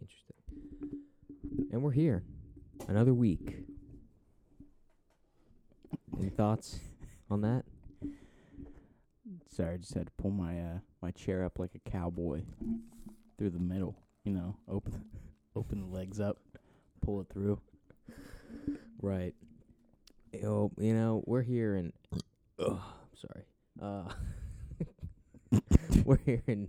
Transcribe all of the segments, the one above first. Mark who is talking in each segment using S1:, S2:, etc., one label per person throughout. S1: Interesting. And we're here, another week. Any thoughts on that?
S2: Sorry, I just had to pull my uh, my chair up like a cowboy through the middle. You know, open open the legs up, pull it through.
S1: Right. Oh, you know, we're here in. Ugh, sorry. Uh, we're here in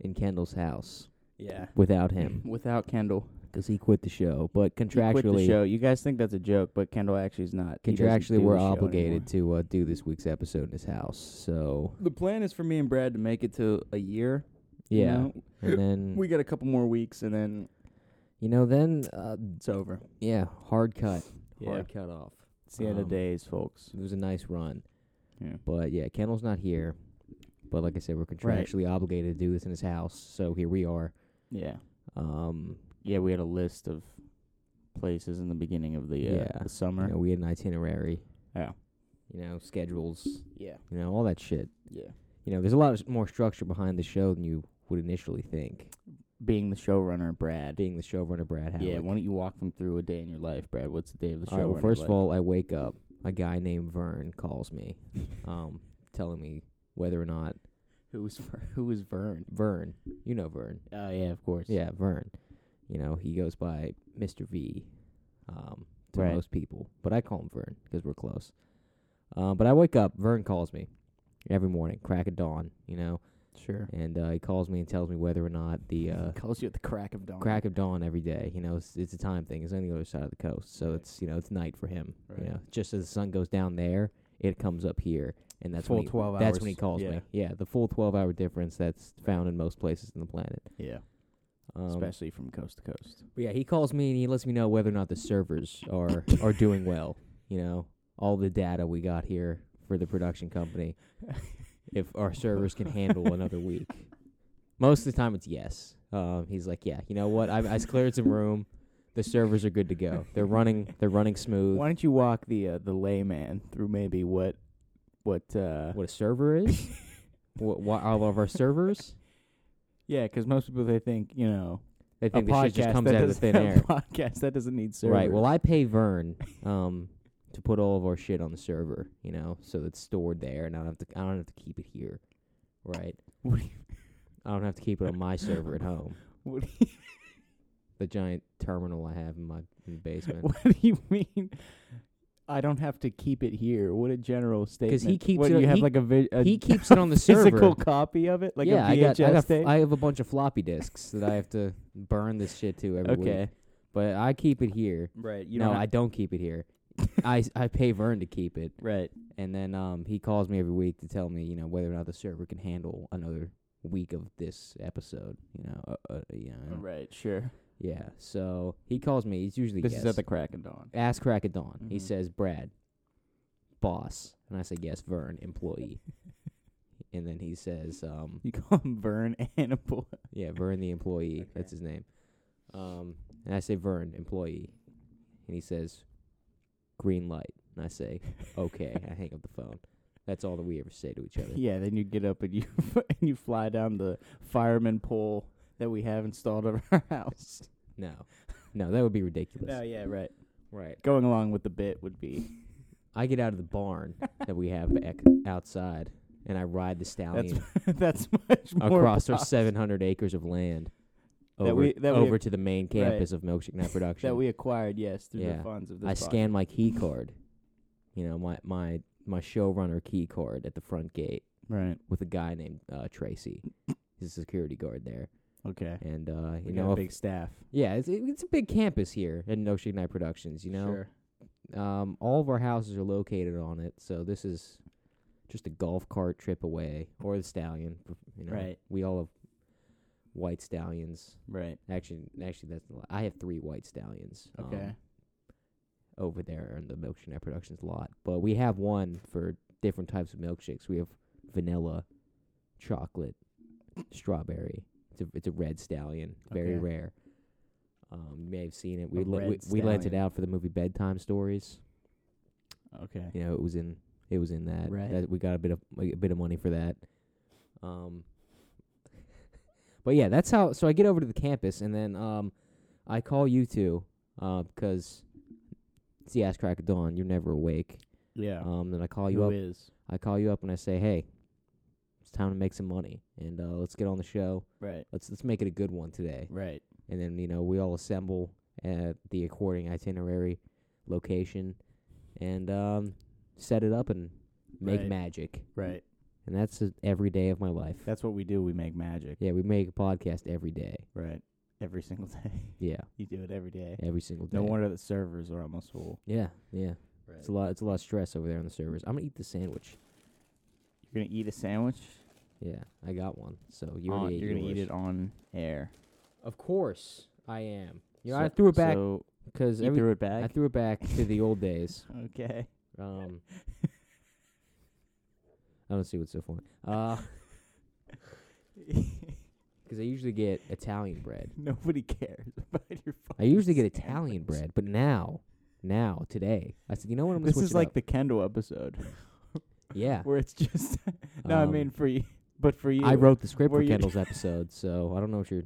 S1: in Kendall's house
S2: Yeah.
S1: without him
S2: Without Kendall,
S1: because he quit the show. But
S2: He quit the
S1: contractually,
S2: show. You guys think that's a joke, but Kendall actually is not. He doesn't
S1: contractually,
S2: do
S1: we're
S2: the show
S1: obligated to
S2: anymore.
S1: uh, do this week's episode in his house. So
S2: The plan is for me and Brad to make it to a year. you
S1: yeah,
S2: know?
S1: and then
S2: we got a couple more weeks, and then
S1: you know, then uh,
S2: it's over.
S1: yeah, hard cut,
S2: Yeah.
S1: hard cut off.
S2: It's the end of
S1: Um,
S2: days, folks.
S1: It was a nice run.
S2: Yeah.
S1: But yeah, Kendall's not here. But like I said, we're
S2: Right.
S1: contractually obligated to do this in his house, so here we are.
S2: Yeah.
S1: Um,
S2: Yeah, we had a list of places in the beginning of the uh,
S1: Yeah.
S2: the
S1: you
S2: summer.
S1: know, we had an itinerary.
S2: Yeah.
S1: You know, schedules.
S2: Yeah.
S1: You know, all that shit.
S2: Yeah.
S1: You know, there's a lot of s- more structure behind the show than you would initially think.
S2: Being the showrunner, Brad.
S1: Being the showrunner, Brad Howard.
S2: Yeah, why don't you walk them through a day in your life, Brad? What's the day of the show?
S1: All right. Well, first of all, I wake up. A guy named Vern calls me, um, telling me whether or not
S2: who was Ver- who was Vern?
S1: Vern, you know Vern,
S2: Oh yeah, of course.
S1: Yeah, Vern. You know, he goes by Mr. V um, to
S2: Right.
S1: most people, but I call him Vern because we're close. Um, but I wake up, Vern calls me every morning, crack of dawn, you know,
S2: sure.
S1: and uh, he calls me and tells me whether or not the uh,
S2: Calls you at the crack of dawn.
S1: crack of dawn every day, you know, it's, it's a time thing. It's on the other side of the coast, so
S2: Right.
S1: it's you know it's night for him.
S2: Right.
S1: You know, just as the sun goes down there, it comes up here, and that's
S2: Full
S1: when he,
S2: 12
S1: that's when he
S2: hours.
S1: calls
S2: Yeah.
S1: me. Yeah, the full twelve hour difference that's found in most places on the planet.
S2: Yeah,
S1: Um,
S2: especially from coast to coast.
S1: But yeah, he calls me and he lets me know whether or not the servers are are doing well. You know, all the data we got here for the production company, if our servers can handle another week. Most of the time, it's yes. Um, he's like, yeah, you know what? I, I cleared some room. The servers are good to go. They're running. They're running smooth.
S2: Why don't you walk the uh, the layman through maybe what what? uh
S1: What a server is? what, what all of our servers?
S2: Yeah, because most people they think you know
S1: They think
S2: a
S1: this
S2: podcast
S1: shit just comes
S2: that
S1: out of the
S2: doesn't
S1: thin
S2: have
S1: air.
S2: Podcast that doesn't need servers.
S1: Right. Well, I pay Vern um, to put all of our shit on the server, you know, so it's stored there, and I don't have to. I don't have to keep it here, right?
S2: What do you-
S1: I don't have to keep it on my server at home.
S2: What do
S1: The giant terminal I have in my in the basement.
S2: What do you mean? I don't have to keep it here. What a general statement.
S1: he keeps
S2: what,
S1: it-
S2: you have
S1: he-
S2: like a, vi- a
S1: he keeps it on the server.
S2: physical copy of it, like
S1: yeah,
S2: a
S1: I
S2: VHS
S1: got, I, got
S2: tape.
S1: I have a bunch of floppy disks that I have to burn this shit to every week.
S2: okay,
S1: But I keep it here.
S2: right. You
S1: no,
S2: know,
S1: I don't keep it here. I, I pay Vern to keep it,
S2: right.
S1: and then um, he calls me every week to tell me, you know, whether or not the server can handle another week of this episode. You know, uh, uh, you know, and-
S2: Right, sure.
S1: yeah. So he calls me. He's usually
S2: This
S1: yes.
S2: is at the crack of dawn.
S1: ass crack at dawn. He
S2: Mhm.
S1: says, "Brad, boss," and I say, "Yes, Vern, employee." and then he says, um,
S2: You call him Vern Hannibal.
S1: "Yeah, Vern, the employee.
S2: Okay.
S1: That's his name." Um, and I say, "Vern, employee," and he says, "Green light," and I say, "Okay," and I hang up the phone. That's all that we ever say to each other.
S2: yeah, then you get up and you and you fly down the fireman pole that we have installed at our house.
S1: No, no, that would be ridiculous.
S2: No, Oh, yeah, right.
S1: Right.
S2: Going along with the bit would be
S1: I get out of the barn that we have back outside, and I ride the stallion
S2: that's much more
S1: across our
S2: pos-
S1: 700 acres of land
S2: That
S1: over,
S2: we- that we-
S1: over to the main campus of Milkshake Night Production.
S2: that we acquired. Yes, through
S1: Yeah.
S2: the funds of this.
S1: I
S2: podcast.
S1: scan my key card, you know, my my my showrunner key card at the front gate
S2: Right.
S1: with a guy named uh, Tracy. He's a security guard there,
S2: Okay.
S1: and uh, you
S2: We got
S1: know,
S2: a
S1: if-
S2: big staff.
S1: yeah, it's it's a big campus here at Milkshake Night Productions. You know,
S2: Sure.
S1: Um, all of our houses are located on it, so this is just a golf cart trip away, or the stallion. p- You know,
S2: Right.
S1: We all have white stallions.
S2: Right.
S1: Actually, actually, that's not- I have three white stallions. um,
S2: Okay.
S1: over there in the Milkshake Night Productions lot, but we have one for different types of milkshakes. We have vanilla, chocolate, strawberry. It's a it's a red stallion, very
S2: Okay.
S1: rare. Um, you may have seen it. We
S2: A
S1: le-
S2: red
S1: we, we lent it
S2: stallion.
S1: out for the movie Bedtime Stories Um,
S2: okay.
S1: you know it was in it was in that
S2: Right.
S1: that we got a bit of a bit of money for that um but yeah that's how so i get over to the campus and then um I call you two because it's the ass crack of dawn. You're never awake.
S2: Yeah.
S1: Um, then I call
S2: Who
S1: you up.
S2: is?
S1: I call you up and I say, "Hey, it's time to make some money, and uh, let's get on the show.
S2: Right.
S1: Let's let's make it a good one today."
S2: Right.
S1: And then you know we all assemble at the according itinerary location, and um, set it up and make
S2: Right.
S1: magic.
S2: Right.
S1: And that's uh, every day of my life.
S2: That's what we do. We make magic.
S1: yeah, we make a podcast every day.
S2: Right. Every single day.
S1: Yeah,
S2: you do it every day.
S1: every single day.
S2: No wonder the servers are almost full.
S1: Yeah, yeah.
S2: Right.
S1: It's a lot. It's a lot of stress over there on the servers. I'm gonna eat the sandwich.
S2: You're gonna eat a sandwich.
S1: Yeah, I got one. So you
S2: on,
S1: already ate
S2: you're gonna eat
S1: yours.
S2: it on air.
S1: Of course, I am. You know, I
S2: So-
S1: threw it back
S2: So
S1: because
S2: you threw it back.
S1: I threw it back to the old days.
S2: okay.
S1: Um, I don't see what's so funny. Uh 'cause I usually get Italian bread.
S2: Nobody cares about your.
S1: I usually get
S2: fucking
S1: Italian
S2: sandwich.
S1: bread, but now, now today, I said, you know what? I'm gonna
S2: This
S1: switch
S2: is
S1: it
S2: like
S1: up."
S2: the Kendall episode
S1: yeah.
S2: where it's just. no, I
S1: Um,
S2: mean for you, but for you,
S1: I wrote the script
S2: where
S1: for
S2: you-
S1: Kendall's episode, so I don't know what you're.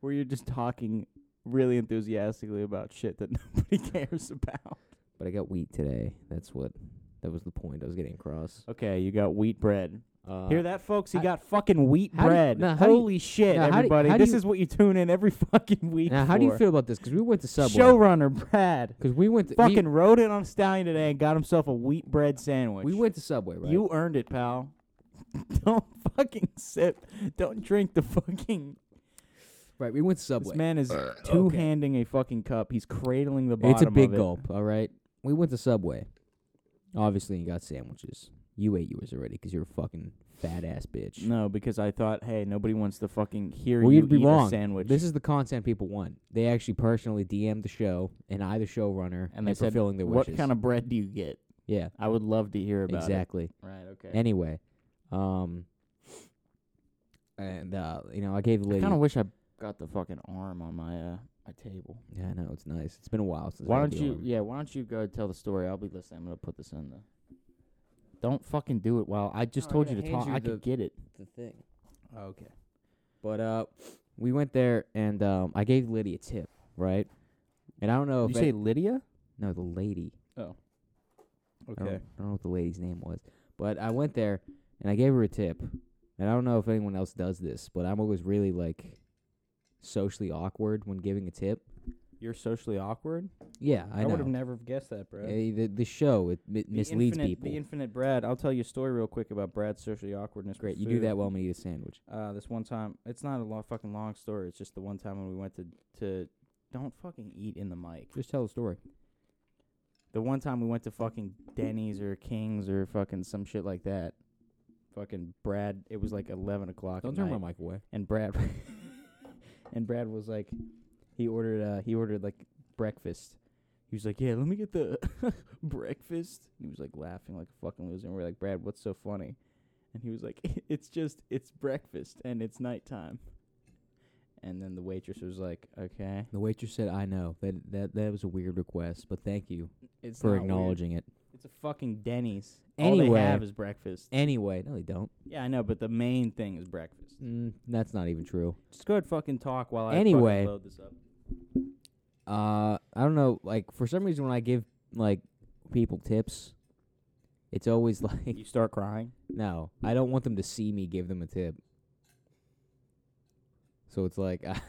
S2: where you're just talking really enthusiastically about shit that nobody cares about.
S1: But I got wheat today. That's what. That was the point I was getting across.
S2: Okay, you got wheat bread.
S1: Uh,
S2: Hear that, folks? He
S1: I-
S2: got fucking wheat
S1: How do you-
S2: bread.
S1: now, how do you-
S2: Holy shit,
S1: now, how do you-
S2: everybody!
S1: how do
S2: this
S1: you-
S2: is what you tune in every fucking week.
S1: Now, how do you
S2: for.
S1: feel about this? Because we went to Subway.
S2: Showrunner Brad
S1: Because we went to we-
S2: fucking rode it on a stallion today and got himself a wheat bread sandwich.
S1: We went to Subway, right?
S2: You earned it, pal. Don't fucking sip. Don't drink the fucking.
S1: right. We went to
S2: This
S1: Subway. Uh,
S2: man is two handing a fucking cup. He's cradling the bottom.
S1: It's a big
S2: of it.
S1: gulp. All right. We went to Subway. Obviously, you got sandwiches. You ate yours already because you're a fucking fat ass bitch.
S2: No, because I thought, hey, nobody wants to fucking hear
S1: Well,
S2: you
S1: you'd be
S2: eat
S1: wrong.
S2: a sandwich.
S1: This is the content people want. They actually personally DM'd the show, and I, the showrunner,
S2: And
S1: and
S2: they
S1: am
S2: said,
S1: fulfilling their
S2: what
S1: wishes.
S2: kind of bread do you get?
S1: yeah,
S2: I would love to hear about
S1: exactly.
S2: it. Right. Okay.
S1: Anyway, um, and uh, you know, I gave the
S2: I
S1: lady.
S2: kind of wish I got the fucking arm on my uh my table.
S1: yeah, I know it's nice. It's been a while since. I
S2: Why
S1: had
S2: don't
S1: the
S2: you?
S1: arm.
S2: Yeah, why don't you go tell the story? I'll be listening. I'm gonna put this in the. Don't fucking do it. Well, I just
S1: No, I
S2: told
S1: gotta
S2: Oh, you to
S1: hand
S2: talk.
S1: you
S2: I
S1: the-
S2: could get it.
S1: the thing.
S2: Okay.
S1: Oh, But uh, we went there, and um, I gave Liddy a tip, right? And I don't know if
S2: you
S1: I-
S2: say Lydia?
S1: no, the lady. I, don't,
S2: Oh. Okay.
S1: I don't know what the lady's name was, but I went there and I gave her a tip, and I don't know if anyone else does this, but I'm always really like socially awkward when giving a tip.
S2: You're socially awkward.
S1: Yeah, I,
S2: would have
S1: know.
S2: never guessed that, bro.
S1: Eh, the the show it, mi misleads
S2: infinite,
S1: people.
S2: The infinite Brad. I'll tell you a story real quick about Brad's socially awkwardness. with
S1: Great, you do
S2: food.
S1: that while I'm gonna eat a sandwich.
S2: Uh, this one time, it's not a long, fucking long story. It's just the one time when we went to to. Don't fucking eat in the mic.
S1: Just tell the story.
S2: The one time we went to fucking Denny's or King's or fucking some shit like that. Fucking Brad, it was like eleven o'clock.
S1: Don't
S2: at
S1: turn
S2: night,
S1: my mic away.
S2: And Brad, and Brad was like, he ordered, uh, he ordered like breakfast. He was like, yeah, let me get the breakfast. He was like laughing like a fucking loser. And we are like, Brad, what's so funny? And he was like, it's just, it's breakfast and it's nighttime. And then the waitress was like, okay,
S1: The waitress said, "I know that that that was a weird request, but thank you
S2: it's
S1: for
S2: not weird.
S1: acknowledging it."
S2: It's a fucking Denny's. All
S1: Anyway.
S2: they have is breakfast.
S1: Anyway, no, they don't.
S2: Yeah, I know, but the main thing is breakfast.
S1: Mm, that's not even true.
S2: Just go ahead, fucking talk while I
S1: Anyway.
S2: fucking load this up.
S1: Uh, I don't know. Like for some reason, when I give like people tips, it's always like,
S2: You start crying.
S1: no, I don't want them to see me give them a tip. So it's like I,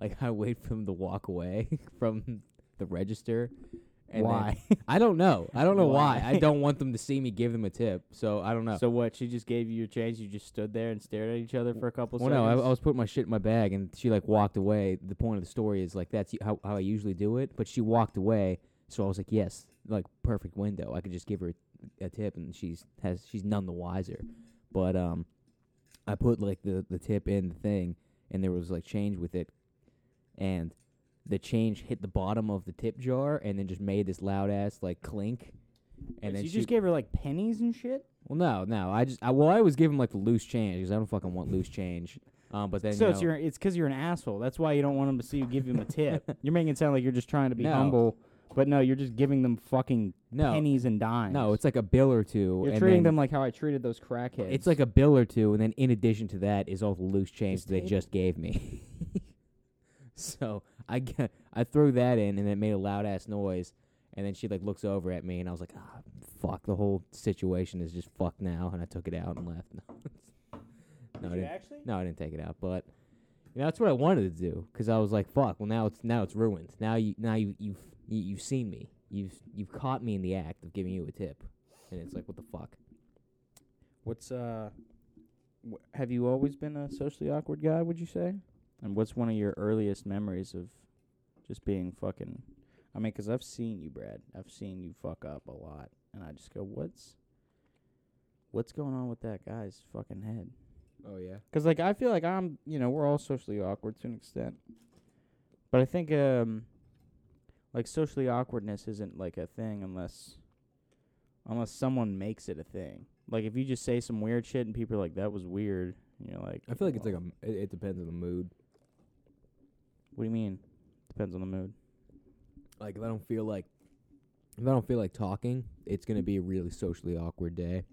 S1: like I wait for them to walk away from the register. And then-
S2: Why?
S1: I don't know. I don't know why.
S2: Why?
S1: I don't want them to see me give them a tip. So I don't know.
S2: So what? She just gave you your change. You just stood there and stared at each other for a couple
S1: Well, no,
S2: seconds.
S1: I, I was putting my shit in my bag, and she like walked away. The point of the story is like that's how, how I usually do it, but she walked away, so I was like, yes, like perfect window. I could just give her a tip, and she's has she's none the wiser. But um, I put like the the tip in the thing, and there was like change with it, and the change hit the bottom of the tip jar, and then just made this loud ass like clink.
S2: Wait,
S1: And
S2: so
S1: then
S2: you
S1: she,
S2: just gave her like pennies and shit.
S1: well, no, no, I just I, well, I always give him like the loose change because I don't fucking want loose change. Um, but then
S2: so
S1: you
S2: it's
S1: know-
S2: your it's because you're an asshole. That's why you don't want them to see you give them a tip. you're making it sound like you're just trying to be
S1: No.
S2: humble, but no, you're just giving them fucking
S1: No,
S2: pennies and dimes.
S1: no, it's like a bill or 2
S2: you're
S1: and
S2: treating
S1: then
S2: them like how I treated those crackheads.
S1: It's like a bill or two, and then in addition to that is all the loose change
S2: This
S1: they
S2: table.
S1: just gave me. so
S3: I g- I threw that in, and it made a loud ass noise. And then she like looks over at me, and I was like, ah, fuck. The whole situation is just fucked now. And I took it out and left. no, I didn't.
S2: actually?
S3: No, I didn't take it out, but. You know, that's what I wanted to do because I was like, "Fuck!" Well, now it's now it's ruined. Now you now you you've you, you've seen me. You've you've caught me in the act of giving you a tip, and it's like, "What the fuck?"
S2: What's uh? Wh- have you always been a socially awkward guy? Would you say? And what's one of your earliest memories of just being fucking? I mean, 'cause I've seen you, Brad. I've seen you fuck up a lot, and I just go, what's what's going on with that guy's fucking head?
S3: Oh yeah.
S2: 'Cause like I feel like I'm, you know, we're all socially awkward to an extent, but I think um, like socially awkwardness isn't like a thing unless unless someone makes it a thing. Like if you just say some weird shit and people are like, "That was weird," and you're like,
S1: I feel like it's like a. m- It, it depends on the mood.
S2: "What do you mean?" Depends on the mood.
S1: Like if I don't feel like, if I don't feel like talking, it's gonna be a really socially awkward day.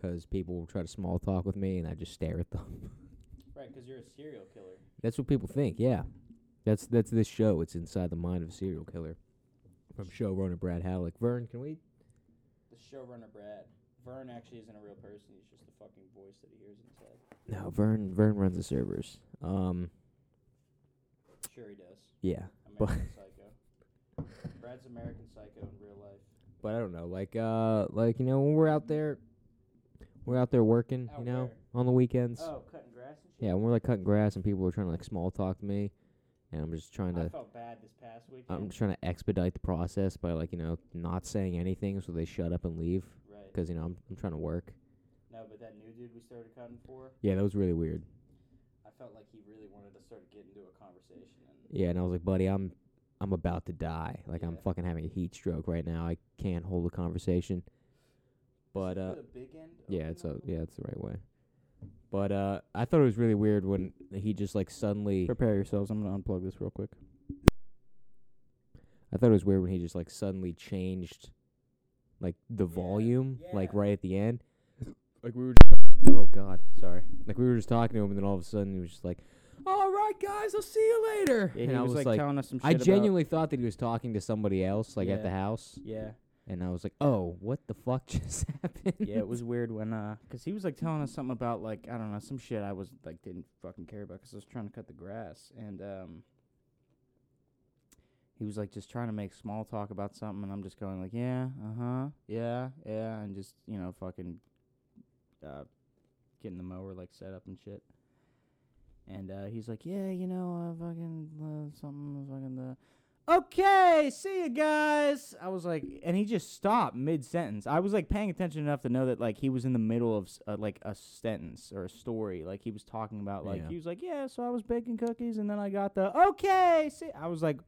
S1: 'Cause people will try to small talk with me, and I just stare at them.
S2: Right, because you're a serial killer.
S1: That's what people think. Yeah, that's that's this show. It's inside the mind of a serial killer. From showrunner Brad Halleck. Vern, can we?
S2: The showrunner Brad Vern actually isn't a real person. He's just a fucking voice that he hears inside.
S3: No, Vern Vern runs the servers. Um,
S2: Sure, he does.
S3: yeah.
S2: American Psycho. Brad's American Psycho in real life.
S1: But I don't know. Like uh, like you know, when we're out there, we're out there working.
S2: Out
S1: You know,
S2: where?
S1: on the weekends.
S2: Oh, cutting grass and shit.
S1: Yeah, when we're like cutting grass and people are trying to like small talk to me, and I'm just trying
S2: I
S1: to
S2: felt bad this past weekend.
S1: I'm trying to expedite the process by like you know not saying anything so they shut up and leave
S2: right.
S1: 'cause you know I'm I'm trying to work.
S2: No, but that new dude we started cutting for,
S1: Yeah, that was really weird.
S2: I felt like he really wanted to start getting into a conversation. And
S1: Yeah, and I was like, buddy, I'm I'm about to die. Like I'm
S2: Yeah.
S1: fucking having a heat stroke right now. I can't hold a conversation. But uh,
S2: the big end.
S1: yeah,
S2: open
S1: it's a
S2: on him?
S1: yeah, it's the right way. But uh, I thought it was really weird when he just like suddenly.
S2: Prepare yourselves. I'm gonna unplug this real quick.
S1: I thought it was weird when he just like suddenly changed, like the
S2: Yeah,
S1: volume, like
S2: yeah.
S1: right at the end. Like we were. Just, oh God, sorry. Like we were just talking to him, and then all of a sudden he was just like, "All right, guys, I'll see you later."
S2: Yeah,
S1: and
S2: he
S1: I
S2: was, like, telling us some shit.
S1: I
S2: about-
S1: genuinely thought that he was talking to somebody else, like
S2: Yeah.
S1: at the house,
S2: Yeah,
S1: and I was like, "Oh, what the fuck just happened?"
S2: yeah, it was weird when uh 'cause he was like telling us something about like I don't know some shit I was like didn't fucking care about 'cause I was trying to cut the grass and um. He was like just trying to make small talk about something, and I'm just going like, yeah, uh huh, yeah, yeah, and just you know fucking, uh, getting the mower like set up and shit. And uh, he's like, yeah, you know, uh, fucking uh, something, fucking the okay, see you guys. I was like, and he just stopped mid sentence. I was like paying attention enough to know that like he was in the middle of s- uh, like a sentence or a story. Like he was talking about like
S1: Yeah.
S2: he was like, yeah, so I was baking cookies and then I got the okay. See, I was like,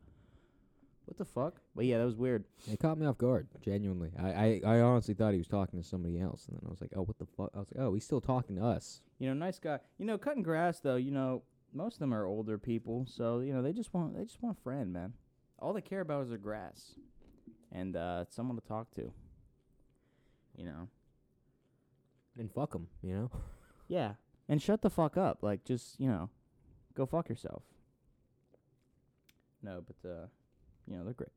S2: what the fuck? But yeah, that was weird.
S1: It caught me off guard, genuinely. I, I, I honestly thought he was talking to somebody else, and then I was like, "Oh, what the fuck?" I was like, "Oh, he's still talking to us."
S2: You know, nice guy. You know, cutting grass though. You know, most of them are older people, so you know they just want they just want a friend, man. All they care about is their grass, and uh, someone to talk to. You know.
S1: And fuck him, you know.
S2: Yeah. And shut the fuck up. Like, just, you know, go fuck yourself. No, but, uh, you know, they're great.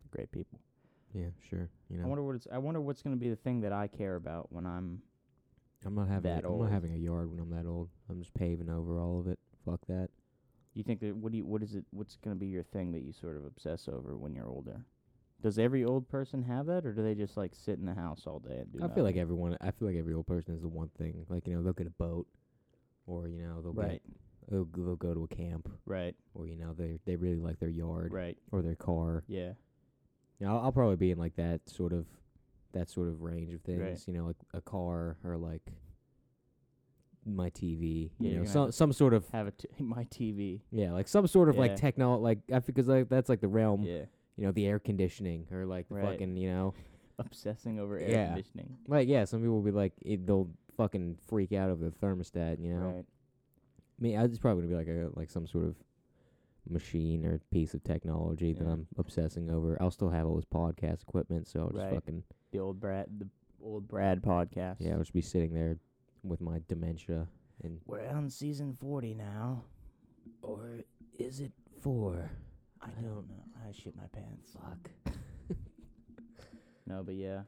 S2: They're great people.
S1: Yeah, sure. You know,
S2: I wonder what it's, I wonder what's going to be the thing that I care about when I'm,
S1: I'm not having
S2: that
S1: a, I'm
S2: old.
S1: not having a yard when I'm that old. I'm just paving over all of it. Fuck that.
S2: you think that, what do you, what is it, what's going to be your thing that you sort of obsess over when you're older? Does every old person have that, or do they just, like, sit in the house all day and do
S1: I feel
S2: nothing?
S1: like everyone. I feel like every old person is the one thing. Like you know, they'll get a boat, or you know, they'll
S2: Right,
S1: get, they'll, they'll go to a camp,
S2: right,
S1: or you know, they they really like their yard
S2: right.
S1: or their car.
S2: Yeah.
S1: You know, I'll, I'll probably be in like that sort of that sort of range of
S2: Right.
S1: things. You know, like a car or like my TV.
S2: Yeah,
S1: you
S2: you're
S1: know,
S2: gonna
S1: some
S2: have-
S1: some sort of
S2: Have a t- my TV.
S1: yeah, like some sort of
S2: Yeah.
S1: like techno like I because like that's like the realm.
S2: Yeah.
S1: You know, the air conditioning or like the
S2: Right.
S1: fucking you know
S2: Obsessing over air
S1: Yeah.
S2: conditioning.
S1: like yeah, some people will be like it, they'll fucking freak out over the thermostat. You know,
S2: Right.
S1: I mean, I- it's probably gonna be like a like some sort of machine or piece of technology that
S2: Yeah.
S1: I'm obsessing over. I'll still have all this podcast equipment, so I'll just
S2: Right.
S1: fucking
S2: The old Brad, the old Brad podcast.
S1: yeah, I'll just be sitting there with my dementia and
S2: We're on season 40 now. Or is it
S1: four.
S2: I don't know. I shit my pants. Fuck. no, but yeah.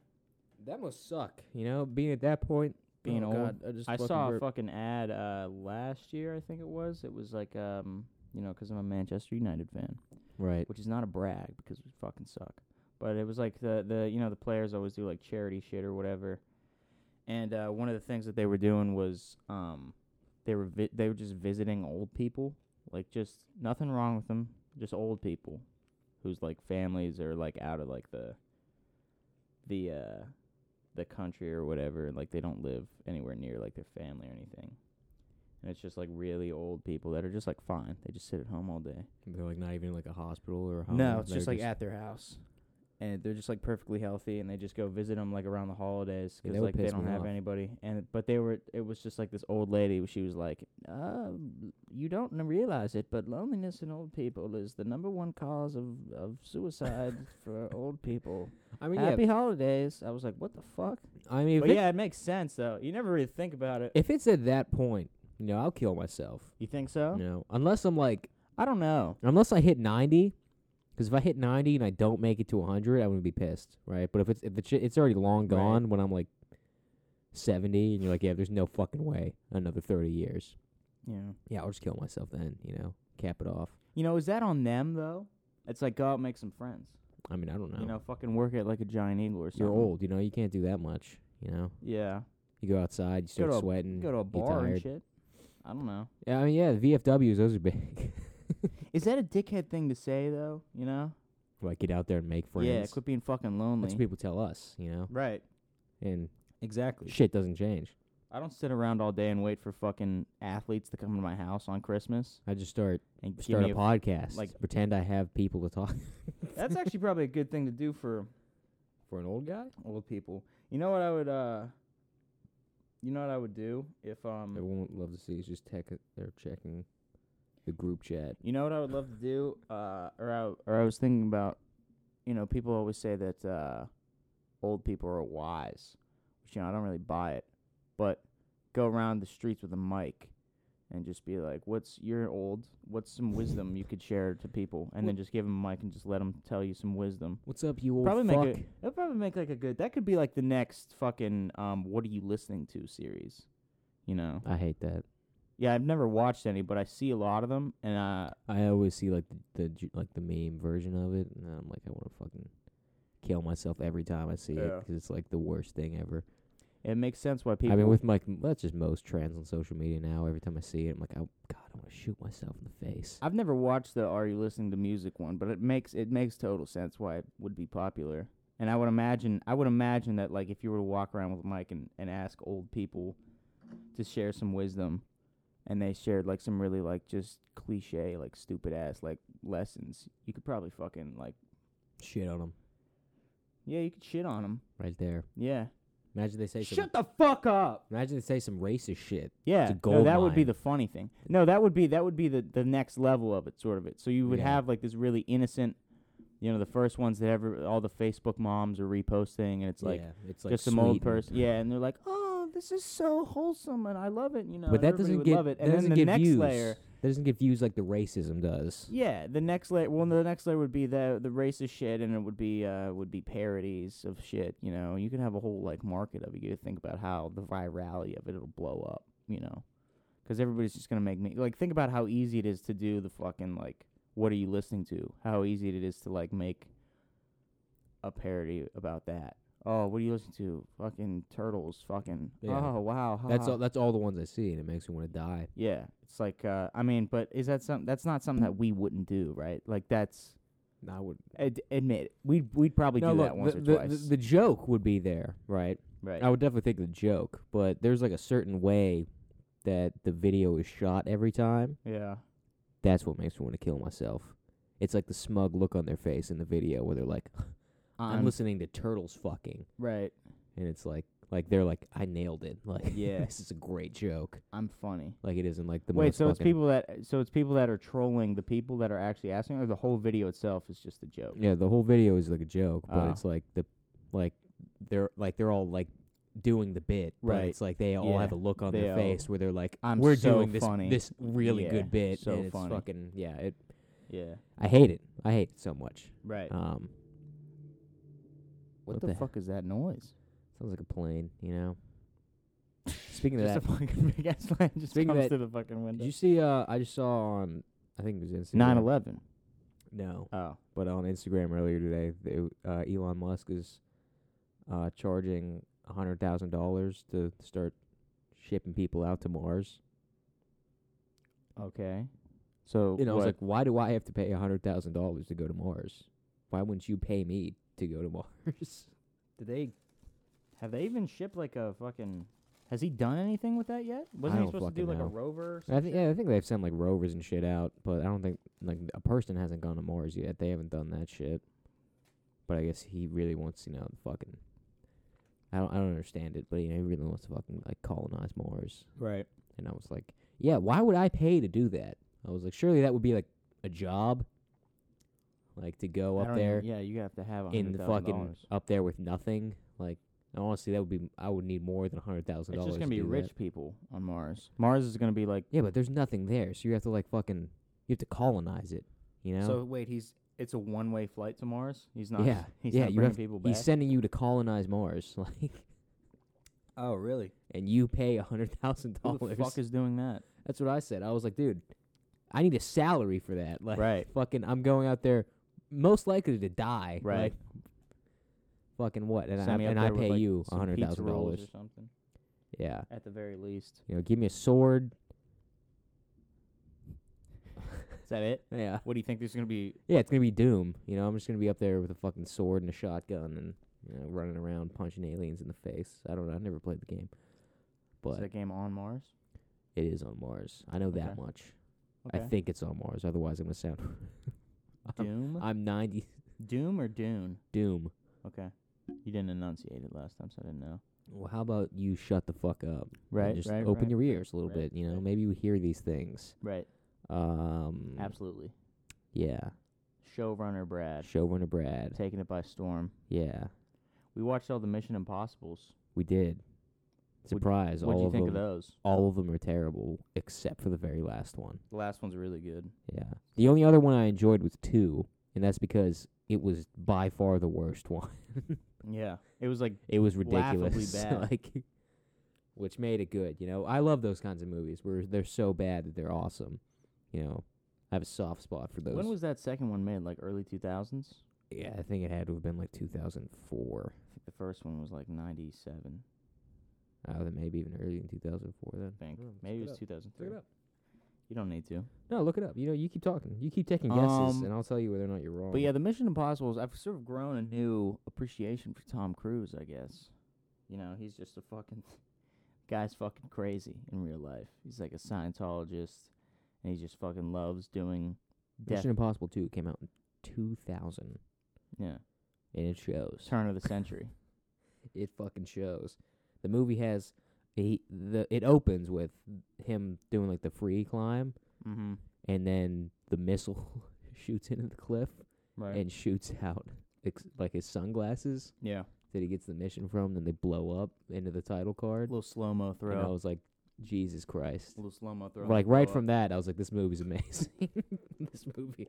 S1: That must suck, you know, being at that point,
S2: Being
S1: Oh,
S2: old.
S1: God, I, just
S2: I
S1: fucking
S2: saw a
S1: burped.
S2: fucking ad uh, last year, I think it was. It was like, um, you know, 'cause I'm a Manchester United fan,
S1: right.
S2: which is not a brag because we fucking suck. But it was like the the you know the players always do like charity shit or whatever, and uh, one of the things that they were doing was um, they were vi- they were just visiting old people, like just nothing wrong with them, just old people, whose like families are like out of like the the uh the country or whatever and, like they don't live anywhere near like their family or anything and it's just like really old people that are just like fine they just sit at home all day
S1: They're like not even in, like a hospital or a home.
S2: no it's
S1: They're
S2: just like at their house and they're just like perfectly healthy and they just go visit them like around the holidays
S1: Yeah,
S2: because
S1: that would
S2: like they
S1: piss
S2: don't
S1: me
S2: have
S1: off.
S2: anybody and but they were it was just like this old lady she was like uh, you don't n- realize it but loneliness in old people is the number one cause of, of suicide for old people
S1: I mean,
S2: happy
S1: yeah.
S2: holidays i was like what the fuck
S1: I mean, if,
S2: but
S1: it-
S2: yeah, it makes sense though. You never really think about it.
S1: if it's at that point, you know, I'll kill myself.
S2: You think so?
S1: You know, unless I'm like,
S2: I don't know.
S1: unless I hit 90, because if I hit 90 and I don't make it to 100, I'm gonna be pissed, right? But if it's if the shit, it's already long gone when I'm like 70, and you're like, yeah, there's no fucking way another 30 years.
S2: Yeah.
S1: Yeah, I'll just kill myself then. You know, cap it off.
S2: You know, is that on them though? It's like go out and make some friends.
S1: I mean, I don't know.
S2: You know, fucking work at like a giant eagle or something.
S1: you're old. You know, you can't do that much. You know,
S2: Yeah.
S1: you go outside, you start
S2: to a-
S1: sweating,
S2: Go to a
S1: you get
S2: bar and
S1: tired.
S2: shit. I don't know.
S1: Yeah, I mean, yeah, VFWs, those are big.
S2: Is that a dickhead thing to say though? You know?
S1: like get out there and make friends.
S2: Yeah. Quit Mm. being fucking lonely.
S1: That's what people tell us, you know.
S2: right.
S1: And
S2: Exactly.
S1: shit doesn't change.
S2: I don't sit around all day and wait for fucking athletes to come to my house on Christmas
S1: I just start
S2: and give
S1: start
S2: me
S1: a podcast,
S2: like-
S1: like pretend I have people to talk.
S2: That's actually probably a good thing to do for
S1: For an old guy,
S2: old people. You know what I would uh you know what I would do if um
S1: everyone would love to see is just tech. They're checking the group chat.
S2: you know what I would love to do uh or I or I was thinking about you know people always say that uh old people are wise, which you know I don't really buy it, but go around the streets with a mic and just be like, "What's you're old? What's some wisdom you could share to people?" And then just give them a mic and just let them tell you some wisdom.
S1: What's up, you old
S2: Probably
S1: Oh, fuck?
S2: make it. It'll probably make like a good. That could be like the next fucking um. What are you listening to series? You know.
S1: I hate that.
S2: Yeah, I've never watched any, but I see a lot of them, and uh,
S1: I always see like the, the ju- like the meme version of it, and I'm like, I want to fucking kill myself every time I see it 'cause
S2: Yeah.
S1: it's like the worst thing ever.
S2: it makes sense why people.
S1: I mean, with like m- that's just most trends on social media now. Every time I see it, I'm like, oh god, I want to shoot myself in the face.
S2: I've never watched the "Are You Listening to Music" one, but it makes it makes total sense why it would be popular. And I would imagine, I would imagine that like if you were to walk around with a mic and, and ask old people to share some wisdom, and they shared like some really like just cliche like stupid ass like lessons, you could probably fucking like
S1: Shit on them
S2: yeah, you could shit on them.
S1: right there.
S2: Yeah.
S1: Imagine they say some.
S2: Shut the fuck up.
S1: Imagine they say some racist shit.
S2: Yeah.
S1: It's a
S2: no,
S1: gold
S2: that would be
S1: mine.
S2: the funny thing. No, that would be that would be the the next level of it, sort of it. So you would
S1: Yeah.
S2: have like this really innocent, you know, the first ones that ever all the Facebook moms are reposting, and it's like
S1: yeah, it's
S2: just some old
S1: sweet and-
S2: person. Yeah, and they're like, oh, this is so wholesome, and I love it. You know,
S1: but
S2: and
S1: that
S2: everybody
S1: doesn't
S2: would
S1: get
S2: love it.
S1: that
S2: And then
S1: doesn't
S2: the
S1: get
S2: next
S1: views.
S2: layer.
S1: That doesn't get views like the racism does.
S2: Yeah, the next layer. Well, the next layer would be the the racist shit, and it would be uh would be parodies of shit. You know, you could have a whole like market of it. You could think about how the virality of it it'll blow up. You know, because everybody's just gonna make me like think about how easy it is to do the fucking like what are you listening to? How easy it is to like make a parody about that. Oh, what are you listening to? Fucking turtles. Fucking.
S1: Yeah.
S2: Oh wow. ha
S1: That's
S2: ha.
S1: all. That's all the ones I see, and it makes me want to die.
S2: Yeah, it's like uh, I mean, but is that something? That's not something that we wouldn't do, right? Like that's
S1: I would
S2: ad- admit it. we'd we'd probably do that once
S1: the,
S2: or
S1: the,
S2: twice,
S1: The, the joke would be there, right?
S2: right?
S1: I would definitely think of the joke, but there's like a certain way that the video is shot every time.
S2: yeah,
S1: That's what makes me want to kill myself. It's like the smug look on their face in the video where they're like, "I'm, listening to turtles fucking,"
S2: right.
S1: and it's like, like they're like, "I nailed it!" Like,
S2: Yeah.
S1: this is a great joke.
S2: I'm funny.
S1: Like it isn't like the
S2: Wait,
S1: most
S2: so it's
S1: fucking-
S2: people that so it's people that are trolling the people that are actually asking, or the whole video itself is just a joke.
S1: Yeah, the whole video is like a joke, but
S2: Oh.
S1: it's like the like they're like they're all like doing the bit, but
S2: Right.
S1: It's like they all have a
S2: Yeah.
S1: look on
S2: They
S1: their
S2: all-
S1: face where they're like,
S2: I'm
S1: "We're
S2: so
S1: doing this
S2: funny."
S1: this really
S2: Yeah,
S1: good bit."
S2: so
S1: and it's
S2: funny.
S1: fucking yeah. It
S2: Yeah.
S1: I hate it. I hate it so much.
S2: Right.
S1: Um,
S2: what,
S1: what
S2: the,
S1: the
S2: fuck is that noise?
S1: sounds like a plane, you know. Speaking of
S2: just
S1: that,
S2: a fucking big ass lion just
S1: Speaking of
S2: comes
S1: that,
S2: through the fucking window.
S1: did you see? Uh, I just saw on I think it was Instagram.
S2: 9/11.
S1: No,
S2: Oh.
S1: but on Instagram earlier today, they, uh, Elon Musk is uh, charging a hundred thousand dollars to start shipping people out to Mars.
S2: Okay. So
S1: You know, I was
S2: what?
S1: like, why do I have to pay a hundred thousand dollars to go to Mars? Why wouldn't you pay me to go to Mars?
S2: Did they have they even shipped like a fucking? Has he done anything with that yet? Wasn't he
S1: don't
S2: supposed to do
S1: fucking
S2: like a
S1: know.
S2: rover? Or some
S1: I think
S2: shit?
S1: yeah, I think they've sent like rovers and shit out, but I don't think like a person hasn't gone to Mars yet. They haven't done that shit. But I guess he really wants, you know, the fucking. I don't, I don't understand it, but you know, he really wants to fucking like colonize Mars.
S2: Right.
S1: And I was like, yeah, why would I pay to do that? I was like, surely that would be like a job, like to go
S2: I
S1: up
S2: don't
S1: there
S2: even- yeah, you have to have a
S1: in
S2: hundred
S1: the
S2: thousand
S1: fucking
S2: dollars.
S1: up there with nothing. Like honestly, that would be I would need more than a hundred thousand
S2: It's
S1: dollars.
S2: just gonna
S1: to do
S2: be rich
S1: That.
S2: people on Mars. Mars is gonna be like.
S1: Yeah, but there's nothing there, so you have to like fucking you have to colonize it. You know?
S2: So wait, he's it's a one way flight to Mars. He's not.
S1: Yeah,
S2: He's
S1: yeah,
S2: not
S1: you
S2: bringing
S1: have-
S2: people back.
S1: He's sending you to colonize Mars, like,
S2: oh really?
S1: and you pay a hundred thousand
S2: Who the
S1: dollars.
S2: fuck is doing that?
S1: That's what I said. I was like, dude, I need a salary for that. Like,
S2: Right.
S1: fucking, I'm going out there, most likely to die.
S2: Right.
S1: Like, fucking what? And
S2: Send
S1: I
S2: me up
S1: and I
S2: there with,
S1: pay
S2: like,
S1: you a
S2: some
S1: hundred
S2: pizza
S1: thousand
S2: rolls or
S1: dollars.
S2: something.
S1: Yeah.
S2: At the very least.
S1: You know, give me a sword.
S2: Is that it?
S1: Yeah.
S2: What do you think? There's gonna be
S1: Yeah, it's gonna be Doom. You know, I'm just gonna be up there with a fucking sword and a shotgun and you know, running around punching aliens in the face. I don't know. I've never played the game,
S2: is
S1: but
S2: that game on Mars?
S1: it is on Mars. I know that
S2: Okay.
S1: much.
S2: Okay.
S1: I think it's on Mars. Otherwise, I'm gonna sound. I'm-
S2: Doom.
S1: I'm 90
S2: Doom or Dune?
S1: Doom.
S2: Okay. You didn't enunciate it last time, so I didn't know.
S1: Well, how about you shut the fuck up? and
S2: Right.
S1: just
S2: right,
S1: open
S2: right,
S1: your ears a little
S2: right,
S1: bit. You know,
S2: right.
S1: maybe you hear these things.
S2: Right.
S1: Um.
S2: Absolutely.
S1: Yeah.
S2: Showrunner Brad.
S1: Showrunner Brad.
S2: Taking it by storm.
S1: Yeah,
S2: We watched all the Mission Impossibles.
S1: we did. Surprise!
S2: What'd
S1: all
S2: you
S1: of
S2: think
S1: them.
S2: of those?
S1: all of them are terrible except for the very last one.
S2: The last one's really good.
S1: Yeah. The only other one I enjoyed was two, and that's because it was by far the worst one.
S2: Yeah. It was like
S1: It was
S2: Laughably
S1: ridiculous.
S2: bad.
S1: like which made it good, you know. I love those kinds of movies where they're so bad that they're awesome. You know. I have a soft spot for those.
S2: when was that second one made? Like early 2000s? I think
S1: yeah, I think it had to have been like two thousand four.
S2: the first one was like 97,
S1: Uh, then maybe even earlier in two thousand four then.
S2: I think.
S1: Oh, let's
S2: Maybe
S1: look it
S2: it was
S1: up.
S2: 2003. You don't need to.
S1: No, look it up. You know, you keep talking. You keep taking guesses
S2: Um,
S1: and I'll tell you whether or not you're wrong.
S2: But yeah, the Mission Impossibles, I've sort of grown a new appreciation for Tom Cruise, I guess. You know, he's just a fucking guy's fucking crazy in real life. He's like a Scientologist and he just fucking loves doing death.
S1: Mission Impossible two came out in two thousand.
S2: Yeah.
S1: and it shows.
S2: Turn of the century.
S1: It fucking shows. The movie has he the it opens with him doing like the free climb,
S2: mm-hmm.
S1: and then the missile shoots into the cliff
S2: Right.
S1: and shoots out ex- like his sunglasses
S2: yeah.
S1: that he gets the mission from. Then they blow up into the title
S2: A
S1: card,
S2: little slow mo
S1: and I
S2: throw.
S1: was like, Jesus Christ!
S2: A little slow mo throw.
S1: Like right from that, I was like, this movie's amazing. this movie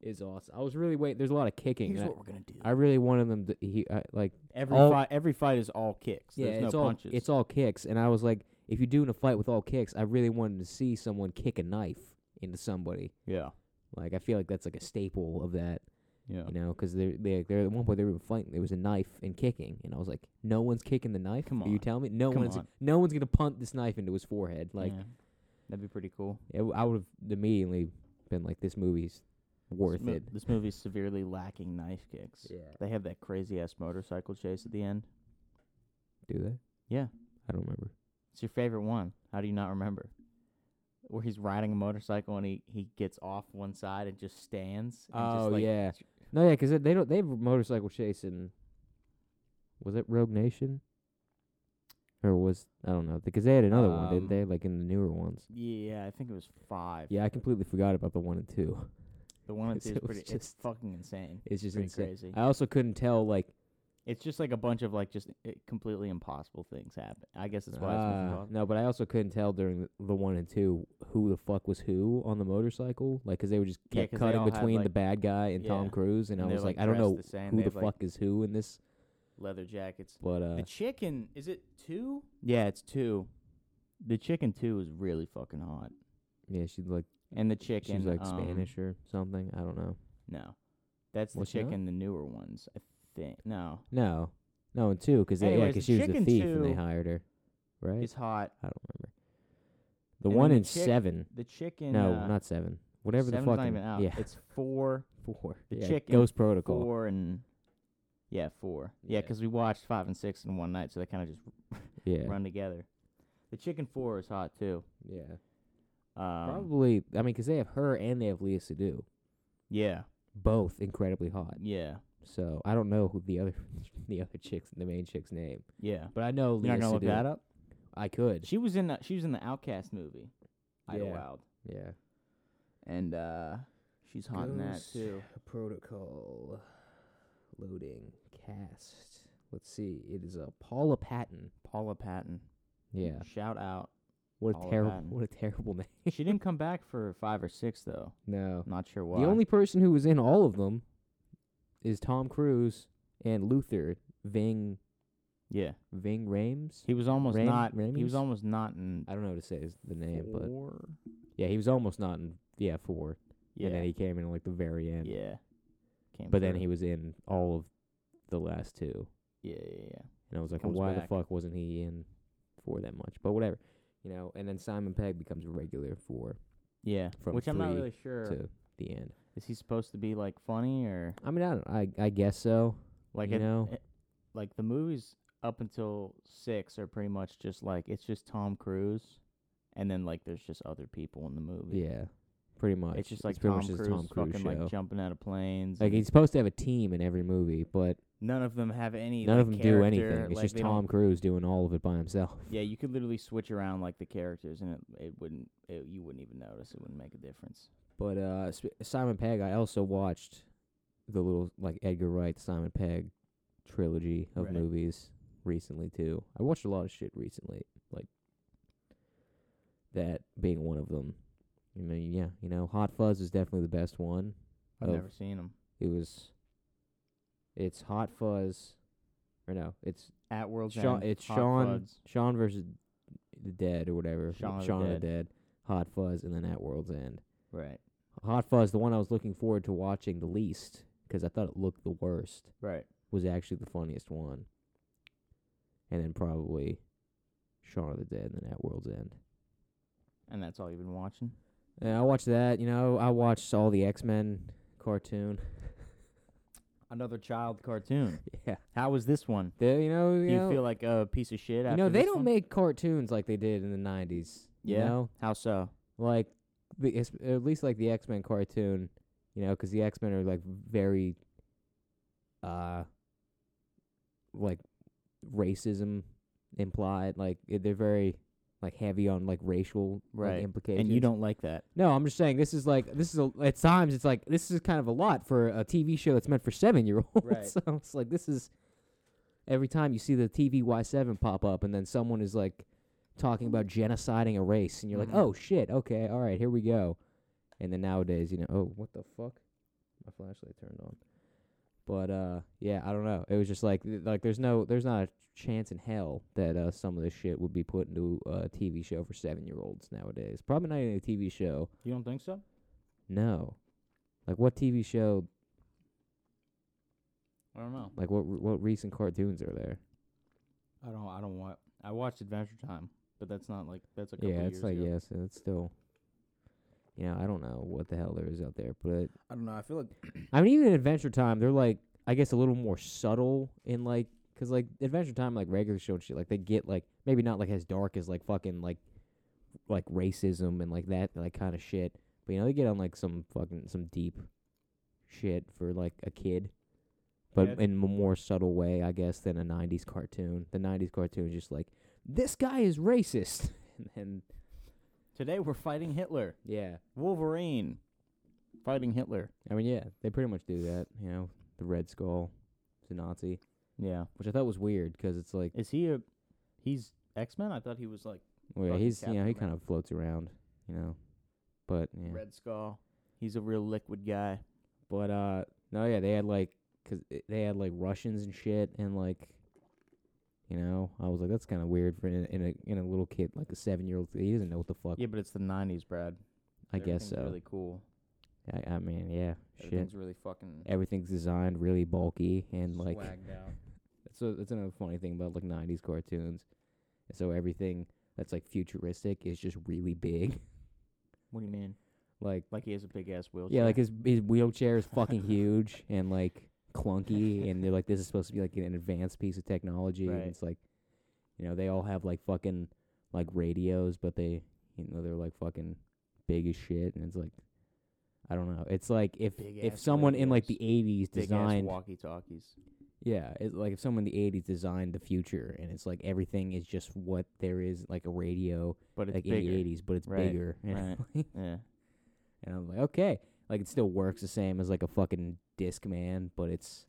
S1: is awesome. I was really waiting. There's a lot of kicking.
S2: Here's
S1: and I,
S2: what we're gonna do.
S1: I really wanted them to he I, like
S2: every
S1: all-
S2: fight, every fight is all kicks.
S1: Yeah,
S2: There's
S1: it's
S2: no
S1: all
S2: punches.
S1: it's all kicks, and I was like, if you're doing a fight with all kicks, I really wanted to see someone kick a knife into somebody.
S2: yeah,
S1: Like I feel like that's like a staple of that,
S2: yeah.
S1: you know, because they they they're at one point they were fighting. There was a knife and kicking, and I was like, no one's kicking the knife.
S2: Come
S1: Are you
S2: on.
S1: telling me no
S2: Come
S1: one's
S2: on.
S1: no one's gonna punt this knife into his forehead? Like
S2: Yeah. that'd be pretty cool.
S1: it w- I would have immediately been like, this movie's worth
S2: this mo-
S1: it.
S2: This movie's severely lacking knife kicks.
S1: Yeah.
S2: They have that crazy ass motorcycle chase at the end.
S1: Do they?
S2: Yeah.
S1: I don't remember.
S2: It's your favorite one. How do you not remember? Where he's riding a motorcycle and he, he gets off one side and just stands. And
S1: Oh,
S2: just like,
S1: yeah. No, yeah, 'cause because they don't. They have motorcycle chasing. Was it Rogue Nation? Or was I don't know because they had another one,
S2: Um,
S1: didn't they? Like in the newer ones.
S2: Yeah, I think it was five.
S1: Yeah, I completely forgot about the one and two.
S2: The one and two is
S1: It was
S2: pretty. It's
S1: just-
S2: fucking insane.
S1: It's just
S2: Pretty
S1: insane.
S2: crazy.
S1: I also couldn't tell like
S2: It's just like a bunch of like just i completely impossible things happen. I guess that's why it's
S1: Ah,
S2: impossible.
S1: no, but I also couldn't tell during the- the one and two who the fuck was who on the motorcycle, like because they were just
S2: Yeah,
S1: kept
S2: 'cause they
S1: cutting
S2: all had,
S1: between the
S2: like-
S1: bad guy and Tom
S2: Yeah.
S1: Cruise, and,
S2: And
S1: I
S2: they're,
S1: was like,
S2: like,
S1: I don't
S2: dressed
S1: know
S2: the same.
S1: who
S2: They
S1: the
S2: have, like,
S1: fuck is who in this,
S2: leather jackets.
S1: but uh,
S2: the chicken is it two? Yeah, it's two. The chicken two is really fucking hot,
S1: yeah, she like
S2: and the chicken
S1: she's like
S2: um,
S1: Spanish or something. I don't know.
S2: No, that's the
S1: Was she not?
S2: chicken. The newer ones, I think. No,
S1: No, no, and two because they yeah,
S2: Anyways,
S1: 'cause
S2: the
S1: she was the
S2: chicken
S1: thief and they
S2: two
S1: hired her, right?
S2: it's hot.
S1: I don't remember. The
S2: and then
S1: one
S2: the
S1: in
S2: chick-
S1: seven.
S2: The chicken.
S1: No,
S2: uh,
S1: not seven. Whatever the
S2: seven's
S1: fucking
S2: not even out.
S1: yeah,
S2: it's four,
S1: four.
S2: the
S1: yeah,
S2: chicken
S1: Ghost Protocol.
S2: four, and yeah, four. Yeah,
S1: Yeah.
S2: 'cause we watched five and six in one night, so they kind of just
S1: Yeah,
S2: run together. The chicken four is hot too.
S1: yeah.
S2: Um,
S1: Probably. I mean, because they have her and they have Leah Sadu,
S2: Yeah,
S1: both incredibly hot.
S2: yeah,
S1: So I don't know who the other the other chick's the main chick's name,
S2: yeah.
S1: but I know
S2: You're
S1: Leah
S2: not gonna look
S1: Sadu.
S2: that up.
S1: I could.
S2: She was in the, she was in the Outcast movie,
S1: Yeah.
S2: Idlewild,
S1: Yeah.
S2: and uh, she's hot in that
S1: Ghost.
S2: too.
S1: Protocol loading cast. Let's see. It is a Paula Patton.
S2: Paula Patton.
S1: Yeah.
S2: Shout out.
S1: What a
S2: Paula
S1: terrible
S2: Patton.
S1: what a terrible name.
S2: she didn't come back for five or six though.
S1: No.
S2: Not sure why.
S1: The only person who was in all of them is Tom Cruise and Luther Ving
S2: yeah,
S1: Ving Rames.
S2: he was almost
S1: Ram-
S2: not. He
S1: Ramis?
S2: was almost not in
S1: I don't know how to say his, the name, but
S2: four.
S1: yeah, he was almost not in yeah four,
S2: Yeah,
S1: and then he came in like the very end.
S2: yeah. Came
S1: But then
S2: through.
S1: he was in all of the last two,
S2: Yeah, yeah, yeah.
S1: and I was like,
S2: Comes
S1: why
S2: back.
S1: the fuck wasn't he in for that much? But whatever, you know. And then Simon Pegg becomes a regular for
S2: Yeah,
S1: From
S2: which I'm not
S1: three
S2: really sure.
S1: to the end.
S2: Is he supposed to be like funny or
S1: I mean, I don't, I I guess so.
S2: like
S1: You
S2: it-
S1: know?
S2: it- like the movies up until six are pretty much just like it's just Tom Cruise, and then like there's just other people in the movie.
S1: Yeah, pretty much.
S2: it's just like
S1: pretty
S2: Tom,
S1: much
S2: Cruise
S1: just a Tom Cruise
S2: fucking
S1: show.
S2: like jumping out of planes.
S1: Like
S2: and
S1: he's supposed to have a team in every movie, but
S2: none of them have any.
S1: none
S2: like,
S1: of them do
S2: character,
S1: anything. It's
S2: like,
S1: just
S2: they don't-
S1: Tom Cruise doing all of it by himself.
S2: Yeah, you could literally switch around like the characters, and it it wouldn't it, you wouldn't even notice. It wouldn't make a difference.
S1: But uh, sp- Simon Pegg, I also watched the little like Edgar Wright Simon Pegg trilogy of
S2: Right.
S1: movies recently too. I watched a lot of shit recently, like that being one of them. I mean, yeah, you know, Hot Fuzz is definitely the best one.
S2: I've
S1: Of-
S2: never seen him.
S1: It was, it's Hot Fuzz, or no, it's
S2: At World's
S1: Sean.
S2: End,
S1: It's
S2: Hot
S1: Sean.
S2: Fuzz.
S1: Sean versus the Dead or whatever.
S2: Shaun of the
S1: Shaun of the Dead. Hot Fuzz, and then At World's End.
S2: Right,
S1: Hot Fuzz, the one I was looking forward to watching the least, 'cause I thought it looked the worst,
S2: right.
S1: was actually the funniest one. And then probably Shaun of the Dead and then At World's End.
S2: And that's all you've been watching.
S1: And I watched that, you know, I watched all the X Men cartoon.
S2: Another child cartoon.
S1: yeah.
S2: How was this one?
S1: They, you know, you,
S2: Do you
S1: know,
S2: feel like a piece of shit?
S1: you
S2: After
S1: know they
S2: this
S1: don't
S2: one?
S1: make cartoons like they did in the 90s. You
S2: Yeah.
S1: know?
S2: How so?
S1: Like, the, it's- at least like the X Men cartoon, you know, 'cause the X Men are like very, uh, like racism implied. Like it- they're very like heavy on like racial like,
S2: Right.
S1: implications.
S2: And you don't like that.
S1: No, I'm just saying this is like this is a, at times it's like this is kind of a lot for a TV show that's meant for seven year olds.
S2: Right.
S1: so it's like this is every time you see the TV Y7 pop up and then someone is like talking about genociding a race and you're
S2: Mhm.
S1: like, oh shit, okay, all right, here we go. And then nowadays, you know, oh what the fuck, my flashlight turned on. But uh, yeah, I don't know. It was just like th- like there's no there's not a chance in hell that uh, some of this shit would be put into a TV show for seven year olds nowadays. Probably not even a TV show.
S2: You don't think so?
S1: No. Like what TV show?
S2: I don't know.
S1: Like what what recent cartoons are there?
S2: I don't. I don't want. I watched Adventure Time, but that's not like that's a couple
S1: Yeah,
S2: years
S1: it's like
S2: ago.
S1: yes, it's still. You know, I don't know what the hell there is out there, but
S2: I don't know. I feel like
S1: I mean, even in Adventure Time, they're like I guess a little more subtle in like because like Adventure Time, like regular show and shit, like they get like maybe not like as dark as like fucking like like racism and like that like kind of shit, but you know they get on like some fucking some deep shit for like a kid, but
S2: Yeah.
S1: in a more subtle way, I guess, than a '90s cartoon. The '90s cartoon is just like this guy is racist, and then
S2: today we're fighting Hitler.
S1: yeah,
S2: Wolverine, fighting Hitler.
S1: I mean yeah, they pretty much do that. You know, the Red Skull, the Nazi.
S2: Yeah.
S1: which I thought was weird because it's like,
S2: Is he a? He's X Men. I thought he was like
S1: well, yeah,
S2: fucking
S1: he's you know he
S2: Captain
S1: kind of floats around, you know, but yeah.
S2: Red Skull. He's a real liquid guy.
S1: But uh, no, yeah, they had like, cause it- they had like Russians and shit, and like, you know, I was like, that's kind of weird for in a, in a in a little kid like a seven year old. He doesn't know what the fuck.
S2: Yeah, but it's the '90s, Brad.
S1: I guess so.
S2: Really cool.
S1: I, I mean, yeah, shit.
S2: Everything's really fucking
S1: Everything's designed really bulky and like.
S2: swagged out.
S1: That's a, that's another funny thing about like '90s cartoons. So everything that's like futuristic is just really big.
S2: What do you mean?
S1: Like
S2: Like he has a big ass wheelchair.
S1: yeah, like his his wheelchair is fucking huge and like clunky, and they're like this is supposed to be like an advanced piece of technology.
S2: Right.
S1: And it's like, you know, they all have like fucking like radios, but they you know they're like fucking big as shit, and it's like. I don't know. It's like if
S2: Big
S1: if
S2: ass
S1: someone in like the
S2: radios.
S1: '80s
S2: big ass
S1: designed
S2: walkie talkies.
S1: Yeah, it's like if someone in the '80s designed the future, and it's like everything is just what there is, like a radio,
S2: But it's
S1: like in
S2: bigger.
S1: the '80s, but it's
S2: Right,
S1: bigger. And,
S2: Yeah.
S1: and I'm like, okay, like it still works the same as like a fucking disc man, but it's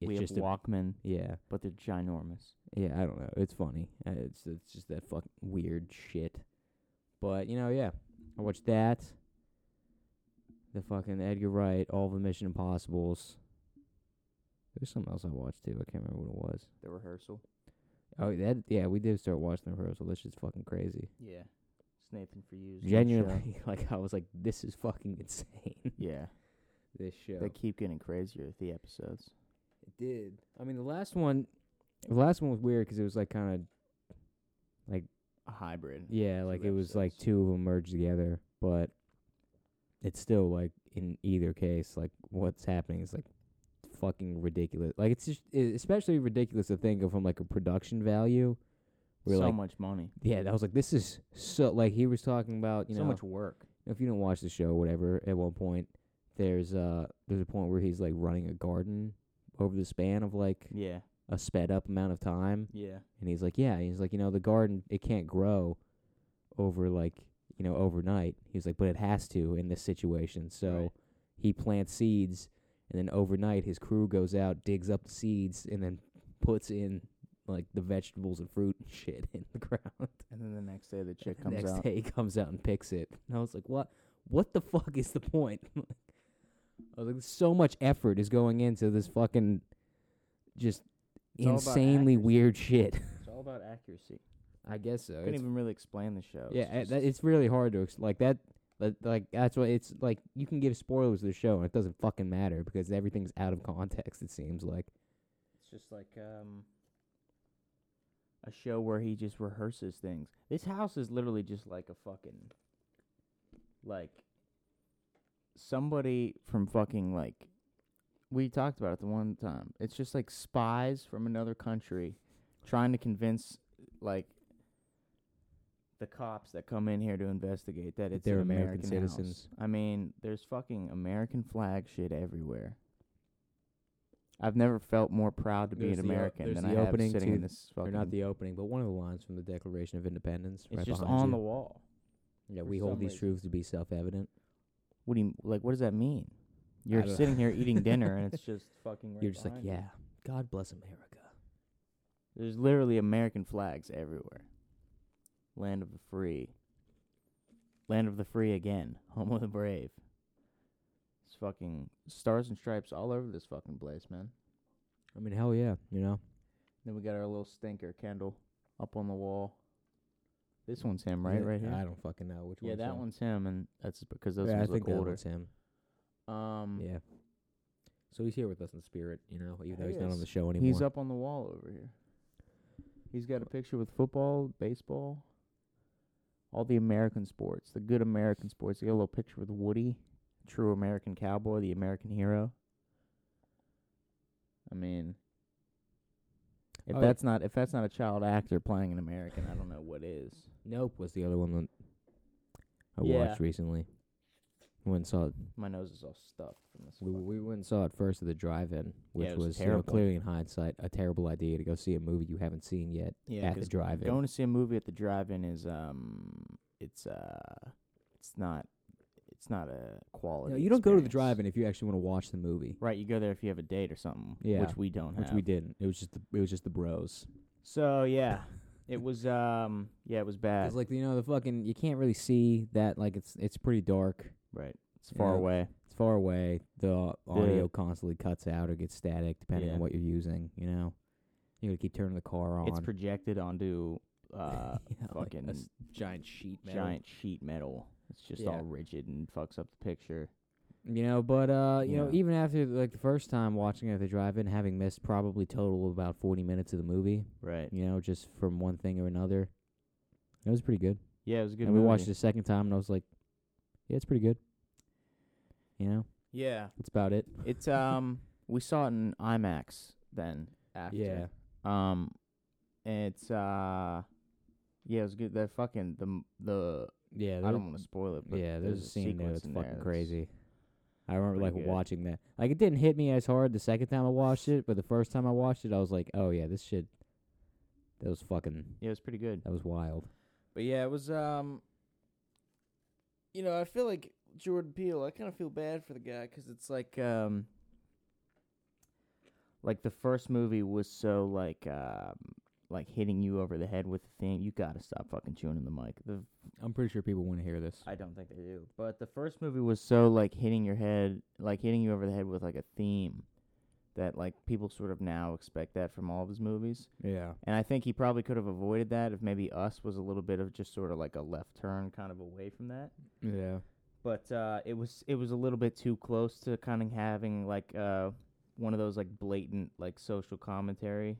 S1: it's
S2: we have
S1: just a,
S2: Walkman,
S1: yeah,
S2: but they're ginormous.
S1: yeah. I don't know. It's funny. Uh, It's it's just that fucking weird shit. But you know, yeah, I watched that. The fucking Edgar Wright, all the Mission Impossible's. There's something else I watched too. I can't remember what it was.
S2: The rehearsal.
S1: Oh, that yeah, we did start watching the rehearsal. This shit's fucking crazy.
S2: Yeah. It's Nathan for you.
S1: Genuinely, like I was like, this is fucking insane.
S2: Yeah.
S1: This show.
S2: They keep getting crazier with the episodes.
S1: it did. I mean, the last one, the last one was weird 'cause it was like kind of
S2: A hybrid.
S1: yeah, like it was like
S2: episodes.
S1: two of them merged together, but it's still like in either case, like what's happening is like fucking ridiculous. Like it's just it, especially ridiculous to think of from like a production value. Where
S2: so
S1: like
S2: much money.
S1: yeah, I was like, this is so like he was talking about you
S2: so
S1: know
S2: much work.
S1: if you don't watch the show, whatever, at one point there's uh there's a point where he's like running a garden over the span of like
S2: Yeah.
S1: a sped up amount of time,
S2: Yeah.
S1: and he's like, yeah, he's like, you know, the garden it can't grow over like you know overnight. He's like, but it has to in this situation. So
S2: Right.
S1: he plants seeds, and then overnight his crew goes out, digs up the seeds, and then puts in like the vegetables and fruit and shit in the ground.
S2: And then the next day the chick
S1: The
S2: comes
S1: next
S2: out.
S1: day he comes out and picks it. And I was like, what? What the fuck is the point? I was like, so much effort is going into this fucking just
S2: It's all about
S1: insanely
S2: accuracy.
S1: weird shit.
S2: It's all about accuracy.
S1: I guess so.
S2: Couldn't
S1: Oh, It's,
S2: even really explain the show.
S1: yeah,
S2: it's,
S1: it's, that, it's really hard to ex- like that. But like that's why it's like you can give spoilers to the show and it doesn't fucking matter because everything's out of context. It seems like
S2: it's just like um a show where he just rehearses things. This house is literally just like a fucking like somebody from fucking like we talked about it the one time. It's just like spies from another country trying to convince like the cops that come in here to investigate that it's
S1: they're
S2: an
S1: American
S2: American
S1: citizens.
S2: house. I mean, there's fucking American flag shit everywhere. I've never felt more proud to be
S1: There's
S2: an
S1: the o-
S2: American
S1: there's
S2: than
S1: the
S2: I have
S1: opening
S2: sitting
S1: to-
S2: in this
S1: or
S2: fucking.
S1: not the opening, but one of the lines from the Declaration of Independence.
S2: it's
S1: right
S2: just
S1: behind
S2: on the
S1: you.
S2: wall.
S1: Yeah,
S2: for
S1: we hold
S2: some
S1: these
S2: reason.
S1: truths to be self-evident.
S2: What do you like? What does that mean? You're
S1: don't-
S2: sitting here eating dinner and it's just fucking. Right
S1: You're just like,
S2: behind you.
S1: yeah, God bless America.
S2: There's literally American flags everywhere. Land of the free. Land of the free again. Home of the brave. It's fucking stars and stripes all over this fucking place, man.
S1: I mean, hell yeah, you know.
S2: Then we got our little stinker candle up on the wall. This one's him, right?
S1: Yeah,
S2: right here.
S1: I don't fucking know which one.
S2: yeah, that one's him, and that's because those
S1: yeah, I
S2: ones
S1: think
S2: look
S1: that
S2: older.
S1: one's him.
S2: Um,
S1: Yeah. So he's here with us in spirit, you know, even though he's not on
S2: Yes.
S1: the show anymore.
S2: he's up on the wall over here. He's got a picture with football, baseball, all the American sports, the good American sports. He got a little picture with Woody, true American cowboy, the American hero. I mean, if
S1: Oh, yeah.
S2: that's not if that's not a child actor playing an American, I don't know what is.
S1: Nope was the other one that I
S2: Yeah.
S1: watched recently. We went and saw it.
S2: My nose is all stuffed from this.
S1: We,
S2: fucking-
S1: we went and saw it first at the drive-in, which
S2: it was
S1: was, you know,
S2: terrible.
S1: clearly in hindsight a terrible idea to go see a movie you haven't seen yet
S2: yeah,
S1: at the
S2: 'cause
S1: drive-in.
S2: Going to see a movie at the drive-in is um, it's uh, it's not, it's It's not a quality.
S1: No, you don't go to the
S2: experience.
S1: drive-in if you actually want to watch the movie,
S2: Right, you go there if you have a date or something.
S1: Yeah,
S2: which we don't
S1: which
S2: have.
S1: we didn't. It was just the, it was just the bros.
S2: So yeah, it was um yeah it was bad.
S1: It's like you know the fucking you can't really see that like it's it's pretty dark.
S2: right, it's
S1: you
S2: far
S1: know,
S2: away.
S1: It's far away. The audio constantly cuts out or gets static depending
S2: Yeah.
S1: on what you're using. You know, you gotta keep turning the car on.
S2: It's projected onto uh
S1: Yeah, like
S2: fucking
S1: a s- giant sheet
S2: giant sheet metal. It's just
S1: Yeah.
S2: all rigid and fucks up the picture.
S1: You know, but uh, you know,
S2: Yeah.
S1: even after like the first time watching it at the drive-in, having missed probably total about forty minutes of the movie,
S2: Right.
S1: you know, just from one thing or another, it was pretty good.
S2: Yeah, it was a good.
S1: and we watched it
S2: movie.
S1: a second time, and I was like, yeah, it's pretty good. You know,
S2: Yeah,
S1: that's about it.
S2: it's um we saw it in IMAX then after. Um, it's uh, yeah, it was good. That fucking the m- the
S1: yeah.
S2: I
S1: there-
S2: don't want to spoil it, but
S1: yeah, there's, a scene there
S2: sequence
S1: that's
S2: in
S1: fucking crazy. I remember
S2: pretty
S1: like
S2: good.
S1: watching that. Like it didn't hit me as hard the second time I watched it, but the first time I watched it, I was like, oh yeah, this shit. That was fucking.
S2: Yeah, it was pretty good.
S1: That was wild.
S2: But yeah, it was um. You know, I feel like Jordan Peele. I kind of feel bad for the guy because it's like um. Like the first movie was so like um like hitting you over the head with the thing. You gotta stop fucking chewing in the mic. The
S1: I'm pretty sure people want to hear this.
S2: I don't think they do. But the first movie was so like hitting your head, like hitting you over the head with like a theme that like people sort of now expect that from all of his movies.
S1: Yeah.
S2: And I think he probably could have avoided that if maybe Us was a little bit of just sort of like a left turn kind of away from that.
S1: Yeah.
S2: But uh, it was it was a little bit too close to kind of having like uh, one of those like blatant like social commentary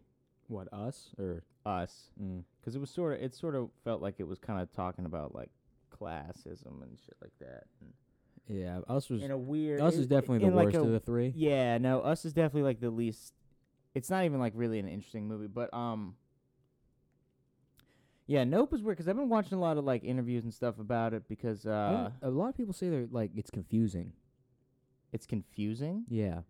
S1: What us or
S2: Us
S1: mm.
S2: because it was sort of it sort of felt like it was kind of talking about like classism and shit like that. And
S1: yeah, us was
S2: in a weird.
S1: us
S2: it-
S1: is definitely the
S2: in like
S1: worst
S2: a-
S1: of the three.
S2: Yeah, no, us is definitely like the least. It's not even like really an interesting movie, but um. Yeah, Nope is weird because I've been watching a lot of like interviews and stuff about it because
S1: I
S2: uh,
S1: don't- a lot of people say they're like it's confusing.
S2: it's confusing.
S1: Yeah.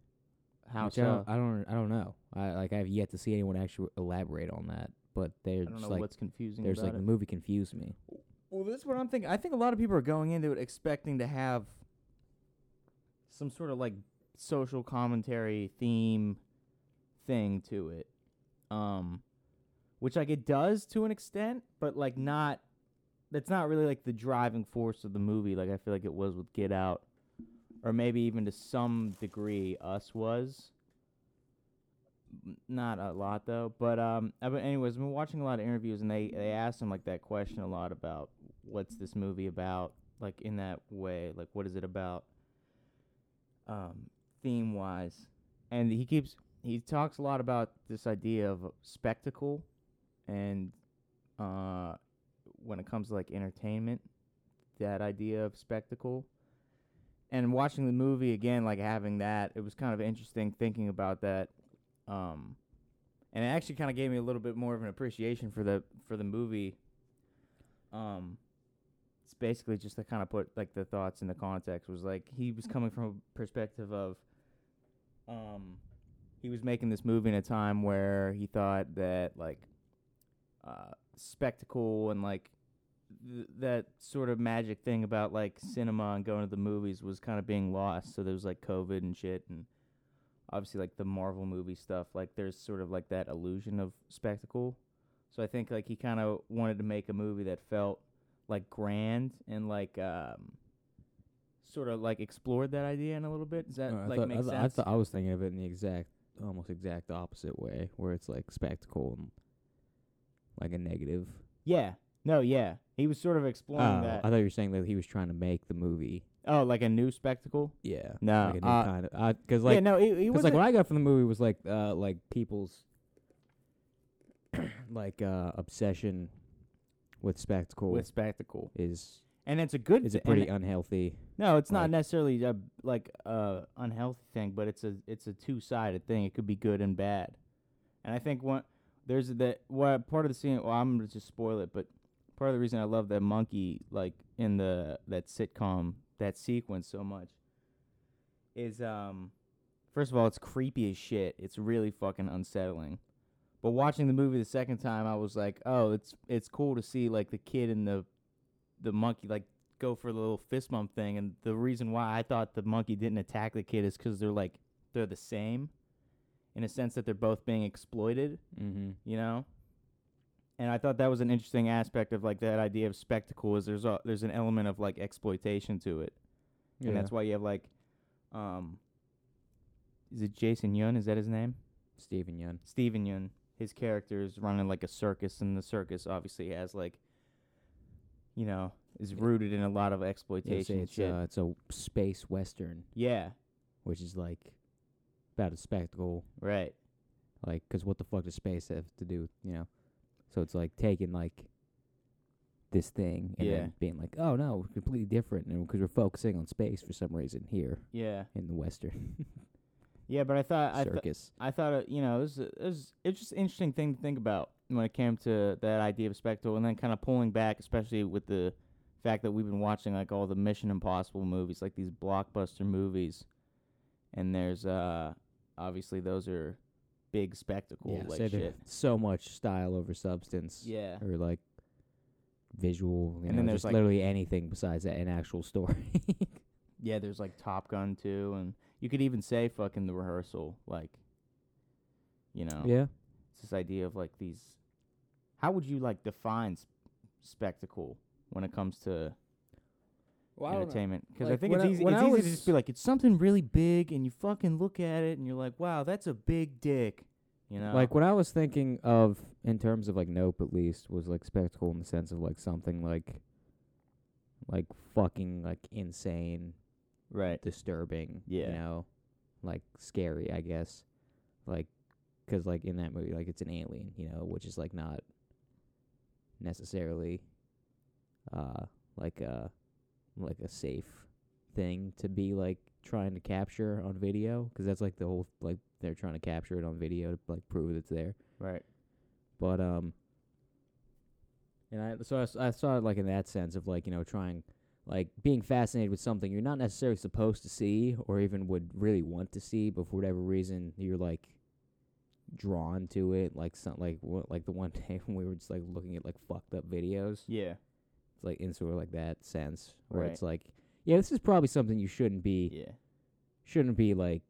S2: How
S1: Which I,
S2: so?
S1: don't, I don't I don't know. I like I've yet to see anyone actually elaborate on that, but
S2: I
S1: they're
S2: don't know
S1: just like
S2: what's confusing
S1: there's
S2: about
S1: like the
S2: it.
S1: movie confused me.
S2: Well, this is what I'm thinking. I think a lot of people are going into it expecting to have some sort of like social commentary theme thing to it. Um which like it does to an extent, but like not that's not really like the driving force of the movie like I feel like it was with Get Out or maybe even to some degree Us was. N- Not a lot though, but um I but anyways, I've been watching a lot of interviews and they they asked him like that question a lot about what's this movie about like in that way like what is it about um theme wise and he keeps he talks a lot about this idea of spectacle and uh when it comes to like entertainment that idea of spectacle and watching the movie again like having that it was kind of interesting thinking about that um and it actually kind of gave me a little bit more of an appreciation for the for the movie um it's basically just to kind of put like the thoughts in the context was like he was coming from a perspective of um he was making this movie in a time where he thought that like uh spectacle and like th- that sort of magic thing about like cinema and going to the movies was kind of being lost so there was like covid and shit and obviously like the marvel movie stuff like there's sort of like that illusion of spectacle so i think like he kind of wanted to make a movie that felt like grand and like um sort of like explored that idea in a little bit does that
S1: Uh, I
S2: like
S1: thought,
S2: make
S1: I,
S2: sense
S1: thought- I thought I was thinking of it in the exact almost exact opposite way where it's like spectacle and like a negative.
S2: Yeah. No, yeah. He was sort of exploring
S1: Oh,
S2: that.
S1: I thought you were saying that he was trying to make the movie.
S2: oh, like a new spectacle?
S1: Yeah.
S2: No,
S1: Like a new
S2: uh,
S1: kind of because like
S2: yeah, no, he, he was
S1: Because like what I got from the movie was like uh like people's like uh obsession with spectacle
S2: with spectacle.
S1: is
S2: And it's a good
S1: is a
S2: thi- and-
S1: pretty unhealthy.
S2: No, it's
S1: like-
S2: not necessarily a, like a unhealthy thing, but it's a it's a two-sided thing. It could be good and bad. And I think one there's that what part of the scene, well, I'm going to just spoil it, but part of the reason I love that monkey like in the that sitcom that sequence so much is um first of all it's creepy as shit it's really fucking unsettling but watching the movie the second time i was like oh it's it's cool to see like the kid and the the monkey like go for the little fist bump thing, and the reason why I thought the monkey didn't attack the kid is because they're like they're the same, in a sense that they're both being exploited,
S4: Mm-hmm.
S2: you know. And I thought that was an interesting aspect of like that idea of spectacle is there's a there's an element of like exploitation to it, and that's why you have like, um, is it Jason Yun? Is that his name?
S4: Steven Yun.
S2: Steven Yun, his character is running like a circus, and the circus obviously has like, you know, is rooted in a lot of
S1: Yeah,
S2: exploitation
S1: say it's
S2: shit.
S1: uh, it's a space western,
S2: yeah,
S1: which is like about a spectacle,
S2: right.
S1: like 'cause what the fuck does space have to do, with, you know? So it's like taking like this thing and
S2: Yeah.
S1: then being like, oh no, we're completely different, and because we're focusing on space for some reason here
S2: Yeah,
S1: in the western
S2: yeah. But I thought I, th-
S1: circus.
S2: I thought uh, you know it was, it was it's just interesting thing to think about when it came to that idea of spectacle, and then kind of pulling back, especially with the fact that we've been watching like all the Mission Impossible movies, like these blockbuster movies, and there's uh obviously those are big spectacle
S1: yeah,
S2: like
S1: so
S2: shit.
S1: there- so much style over substance.
S2: Yeah.
S1: or like visual, you
S2: And
S1: know,
S2: then there's,
S1: just
S2: like-
S1: literally anything besides that, an actual story.
S2: Yeah, there's like Top Gun too, and you could even say fucking the rehearsal, like, you know,
S1: Yeah,
S2: it's this idea of like these. How would you like define s- spectacle when it comes to entertainment? Because I
S1: Like,
S2: think
S1: when
S2: it's
S1: I-
S2: easy.
S1: when
S2: It's
S1: I
S2: easy to just be like, it's something really big, and you fucking look at it, and you're like, wow, that's a big dick, you know?
S1: Like what I was thinking of in terms of like Nope at least was like spectacle in the sense of like something like like fucking like insane,
S2: right,
S1: disturbing, you
S2: Yeah.
S1: know, like scary, I guess. Like 'cause like in that movie like it's an alien, you know, which is like not necessarily uh like a like a safe thing to be like trying to capture on video, 'cause that's like the whole like they're trying to capture it on video to like prove that it's there.
S2: right,
S1: But um, and I so I, s- I saw it like in that sense of like you know trying like being fascinated with something you're not necessarily supposed to see or even would really want to see, but for whatever reason you're like drawn to it. Like some like what like the one day when we were just like looking at like fucked up videos,
S2: yeah,
S1: it's like in sort of like that sense where
S2: Right.
S1: it's like yeah, this is probably something you shouldn't be
S2: yeah.
S1: shouldn't be like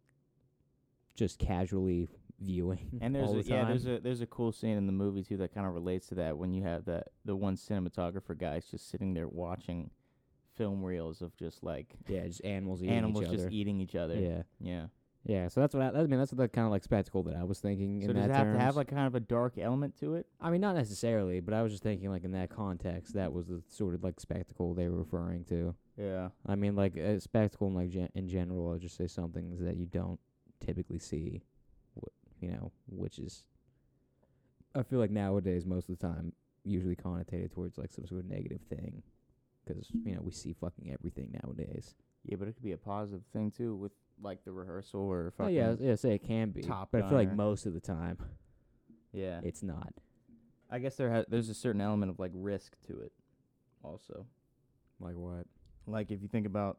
S1: just casually viewing
S2: And there's
S1: all
S2: a,
S1: the time.
S2: yeah, there's a there's a cool scene in the movie too that kind of relates to that when you have that the one cinematographer guy's just sitting there watching film reels of just like
S1: yeah, just animals eating
S2: animals
S1: each
S2: just
S1: other.
S2: eating each other.
S1: yeah.
S2: Yeah.
S1: Yeah, so that's what I, I mean. That's the kind of like spectacle that I was thinking.
S2: So
S1: in
S2: does
S1: that
S2: it have to have
S1: terms.
S2: like kind of a dark element to it?
S1: I mean, not necessarily, but I was just thinking like in that context, that was the sort of like spectacle they were referring to.
S2: Yeah.
S1: I mean, like a spectacle in like gen- in general, I'll just say some things that you don't typically see, wh- you know, which is I feel like nowadays most of the time usually connotated towards like some sort of negative thing. 'Cause you know we see fucking everything nowadays.
S2: Yeah, but it could be a positive thing too with like the rehearsal or
S1: Oh
S2: fucking
S1: yeah, yeah, say it can be,
S2: Top
S1: but I feel like
S2: Gunner.
S1: most of the time
S2: yeah.
S1: it's not.
S2: I guess there ha- there's a certain element of like risk to it also.
S1: Like what?
S2: Like if you think about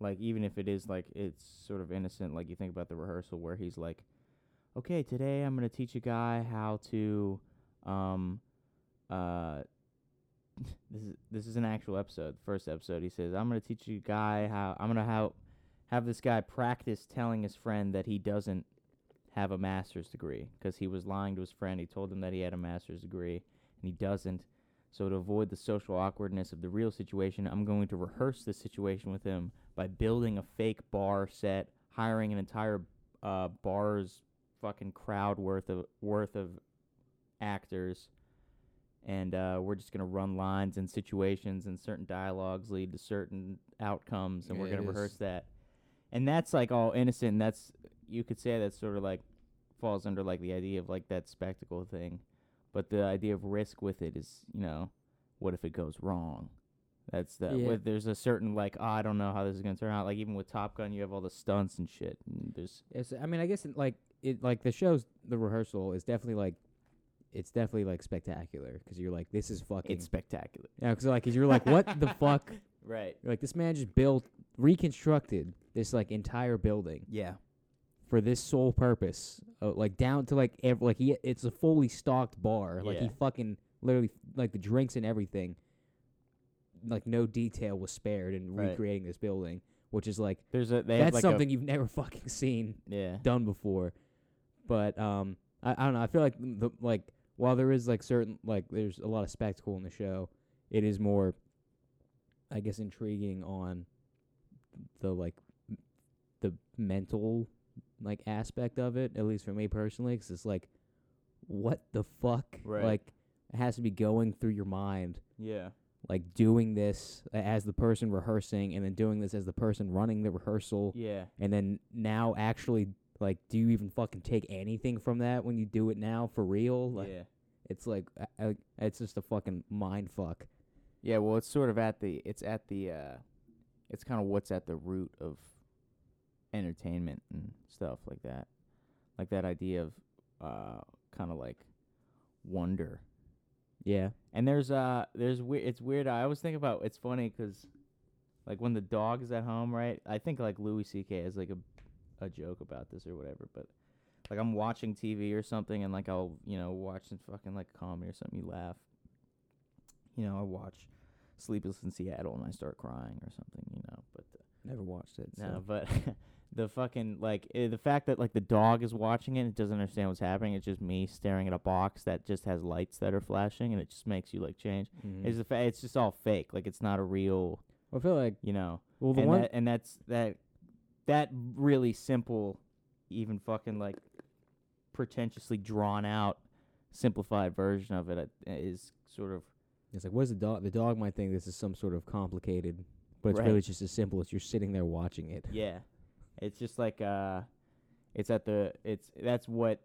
S2: like even if it is like it's sort of innocent like you think about the rehearsal where he's like okay, today I'm going to teach a guy how to um uh this is this is an actual episode, first episode. He says, "I'm going to teach you guy how I'm going to how have this guy practice telling his friend that he doesn't have a master's degree because he was lying to his friend. He told him that he had a master's degree and he doesn't. So to avoid the social awkwardness of the real situation, I'm going to rehearse this situation with him by building a fake bar set, hiring an entire uh, bar's fucking crowd worth of worth of actors, and uh, we're just gonna run lines and situations, and certain dialogues lead to certain outcomes, and we're
S1: Yeah,
S2: gonna
S1: it is.
S2: rehearse that. And that's like all innocent. And that's you could say that's sort of like falls under like the idea of like that spectacle thing, but the idea of risk with it is you know, what if it goes wrong? That's the
S1: Yeah.
S2: with, there's a certain like oh, I don't know how this is gonna turn out. Like even with Top Gun, you have all the stunts and shit. And there's
S1: It's, I mean, I guess it, like it, like the show's the rehearsal is definitely like, it's definitely like spectacular 'cause you're like, this is fucking,
S2: it's spectacular,
S1: yeah, 'cause, like, you you're like, what the fuck?
S2: right?
S1: You're like this man just built, reconstructed this like entire building
S2: Yeah,
S1: for this sole purpose, uh, like down to like ev- like he, it's a fully stocked bar, like he
S2: Yeah.
S1: fucking literally like the drinks and everything. like no detail was spared in
S2: Right.
S1: recreating this building, which is like
S2: There's a they have
S1: that's
S2: like
S1: something you've never fucking seen
S2: A, yeah.
S1: done before. But um, I, I don't know. I feel like the like while there is like certain like there's a lot of spectacle in the show, it is more, I guess, intriguing on the like m- the mental like aspect of it. At least for me personally, 'cause it's like, what the fuck?
S2: Right.
S1: Like it has to be going through your mind
S2: Yeah.
S1: like doing this a- as the person rehearsing and then doing this as the person running the rehearsal
S2: Yeah.
S1: and then now actually like do you even fucking take anything from that when you do it now for real like
S2: yeah.
S1: it's like I, I, it's just a fucking mind fuck
S2: Yeah, well, it's sort of at the it's at the uh it's kind of what's at the root of entertainment and stuff like that. Like that idea of uh kind of like wonder.
S1: yeah
S2: And there's uh there's weird it's weird. I always think about it's funny 'cause like when the dog is at home, right? I think like Louis C.K. has like a a joke about this or whatever, but like I'm watching TV or something and like I'll, you know, watch some fucking like comedy or something, you laugh. You know, I watch Sleepless in Seattle and I start crying or something, you know, but uh,
S1: never watched it
S2: no, but the fucking like eh, the fact that like the dog is watching it and it doesn't understand what's happening. It's just me staring at a box that just has lights that are flashing, and it just makes you like change.
S1: Mm-hmm.
S2: It's the fa- it's just all fake. Like it's not a real,
S1: i feel like
S2: you know.
S1: well the
S2: and
S1: one
S2: that, and that's that that really simple, even fucking like pretentiously drawn out, simplified version of it uh, is sort of
S1: it's like what's the dog the dog might think this is some sort of complicated but it's
S2: Right.
S1: really just as simple as you're sitting there watching it
S2: Yeah. It's just like uh it's at the it's that's what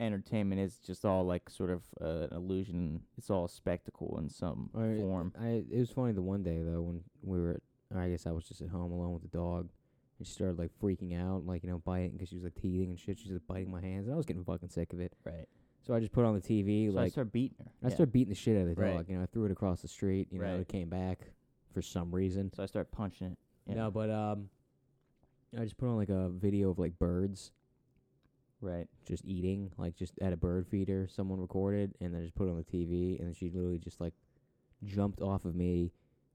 S2: entertainment is just all like sort of uh, an illusion. It's all a spectacle in some
S1: Or-
S2: form.
S1: I it was funny the one day though when we were at, or I guess I was just at home alone with the dog and she started like freaking out like you know biting because she was like teething and shit she was like biting my hands and I was getting fucking sick of it
S2: Right.
S1: so I just put on the TV
S2: So I
S1: like
S2: start beating her.
S1: I
S2: Yeah.
S1: started beating the shit out of the
S2: Right.
S1: dog you know I threw it across the street you know
S2: Right.
S1: it came back for some reason
S2: so I start punching it. Yeah.
S1: no but um I just put on like a video of like birds
S2: Right.
S1: just eating like just at a bird feeder someone recorded and then just put it on the TV and she literally just like jumped off of me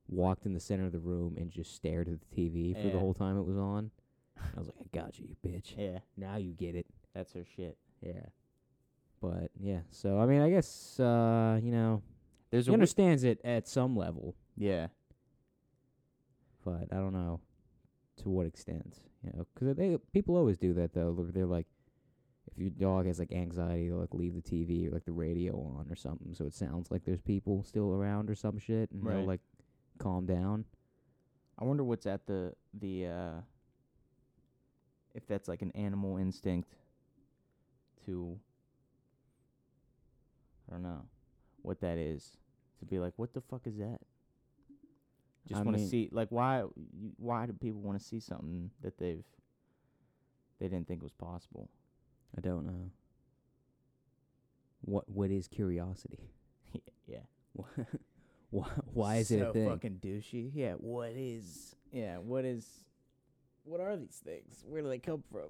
S1: walked in the center of the room and just stared at the TV for
S2: Yeah.
S1: the whole time it was on I was like I got you you bitch
S2: Yeah.
S1: now you get it
S2: That's her shit.
S1: yeah but yeah so I mean I guess uh you know
S2: There's
S1: he
S2: a wi-
S1: understands it at some level
S2: yeah.
S1: but I don't know to what extent you know, 'cause they people always do that though they're, they're like if your dog has like anxiety they'll like leave the TV or like the radio on or something so it sounds like there's people still around or some shit and
S2: Right.
S1: they'll like calm down
S2: I wonder what's at the the uh if that's like an animal instinct to I don't know what that is to be like what the fuck is that? Just
S1: I
S2: want to
S1: mean-
S2: see like why you- why do people want to see something that they've they didn't think was possible?
S1: I don't know what what is curiosity
S2: yeah.
S1: why, why is it a thing
S2: fucking douchey? Yeah, what is Yeah, what is what are these things? Where do they come from?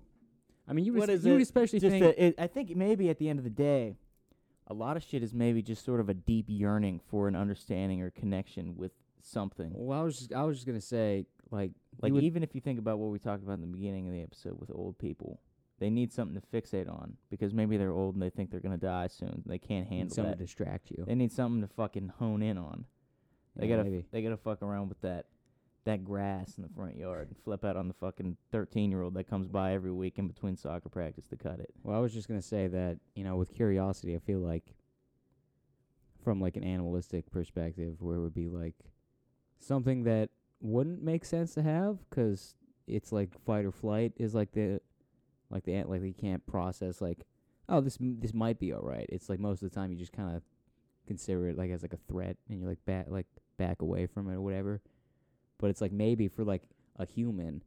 S1: I mean you would
S2: what
S1: es-
S2: is
S1: you would
S2: it?
S1: especially
S2: just
S1: think
S2: a, it, I think maybe at the end of the day, a lot of shit is maybe just sort of a deep yearning for an understanding or connection with something.
S1: well I was just, I was just gonna say like
S2: Like
S1: would-
S2: even if you think about what we talked about in the beginning of the episode with old people, they need something to fixate on because maybe they're old and they think they're gonna die soon. and They can't handle
S1: someone
S2: that.
S1: distract you
S2: They need something to fucking hone in on. They
S1: Yeah,
S2: gotta
S1: maybe.
S2: they gotta fuck around with that that grass in the front yard and flip out on the fucking thirteen year old that comes by every week in between soccer practice to cut it.
S1: Well, I was just gonna say that you know, with curiosity, I feel like from like an animalistic perspective, where it would be like something that wouldn't make sense to have 'cause it's like fight or flight is like the like the ant like you can't process like oh this m- this might be all right. It's like most of the time you just kind of consider it like as like a threat and you're like back like back away from it or whatever. But it's like maybe for like a human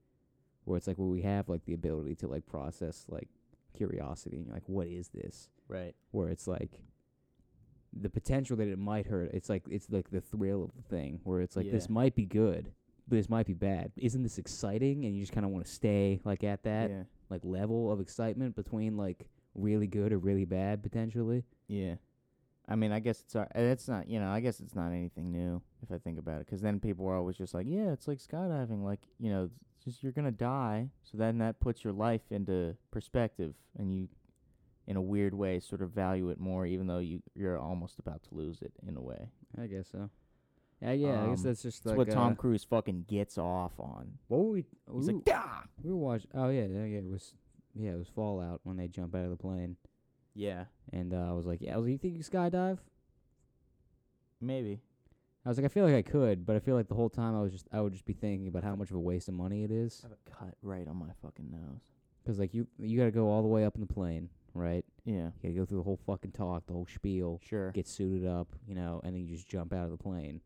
S1: where it's like where we have like the ability to like process like curiosity and you're like, what is this?
S2: Right.
S1: Where it's like the potential that it might hurt. It's like it's like the thrill of the thing where it's like this
S2: Yeah.
S1: might be good, but this might be bad. Isn't this exciting? And you just kind of want to stay like at that
S2: yeah.
S1: like level of excitement between like really good or really bad potentially.
S2: Yeah. I mean, I guess it's our, it's not you know I guess it's not anything new if I think about it because then people are always just like yeah it's like skydiving like you know it's just you're gonna die so then that puts your life into perspective and you in a weird way sort of value it more even though you you're almost about to lose it in a way
S1: I guess so. Yeah, yeah. I guess
S2: Um,
S1: that's just
S2: it's
S1: like
S2: what Tom
S1: uh,
S2: Cruise fucking gets off on
S1: What were we?
S2: he's
S1: we,
S2: like "Dah!"
S1: we were watching. Oh yeah, yeah, yeah. It was yeah, it was Fallout when they jump out of the plane,
S2: yeah
S1: and uh, I was like, yeah, I was like, you think you skydive?
S2: maybe
S1: I was like, I feel like I could, but I feel like the whole time I was just I would just be thinking about how much of a waste of money it is.
S2: I have a cut right on my fucking nose
S1: 'Cause like you you gotta go all the way up in the plane, right?
S2: yeah
S1: You gotta go through the whole fucking talk, the whole spiel,
S2: sure
S1: get suited up, you know, and then you just jump out of the plane,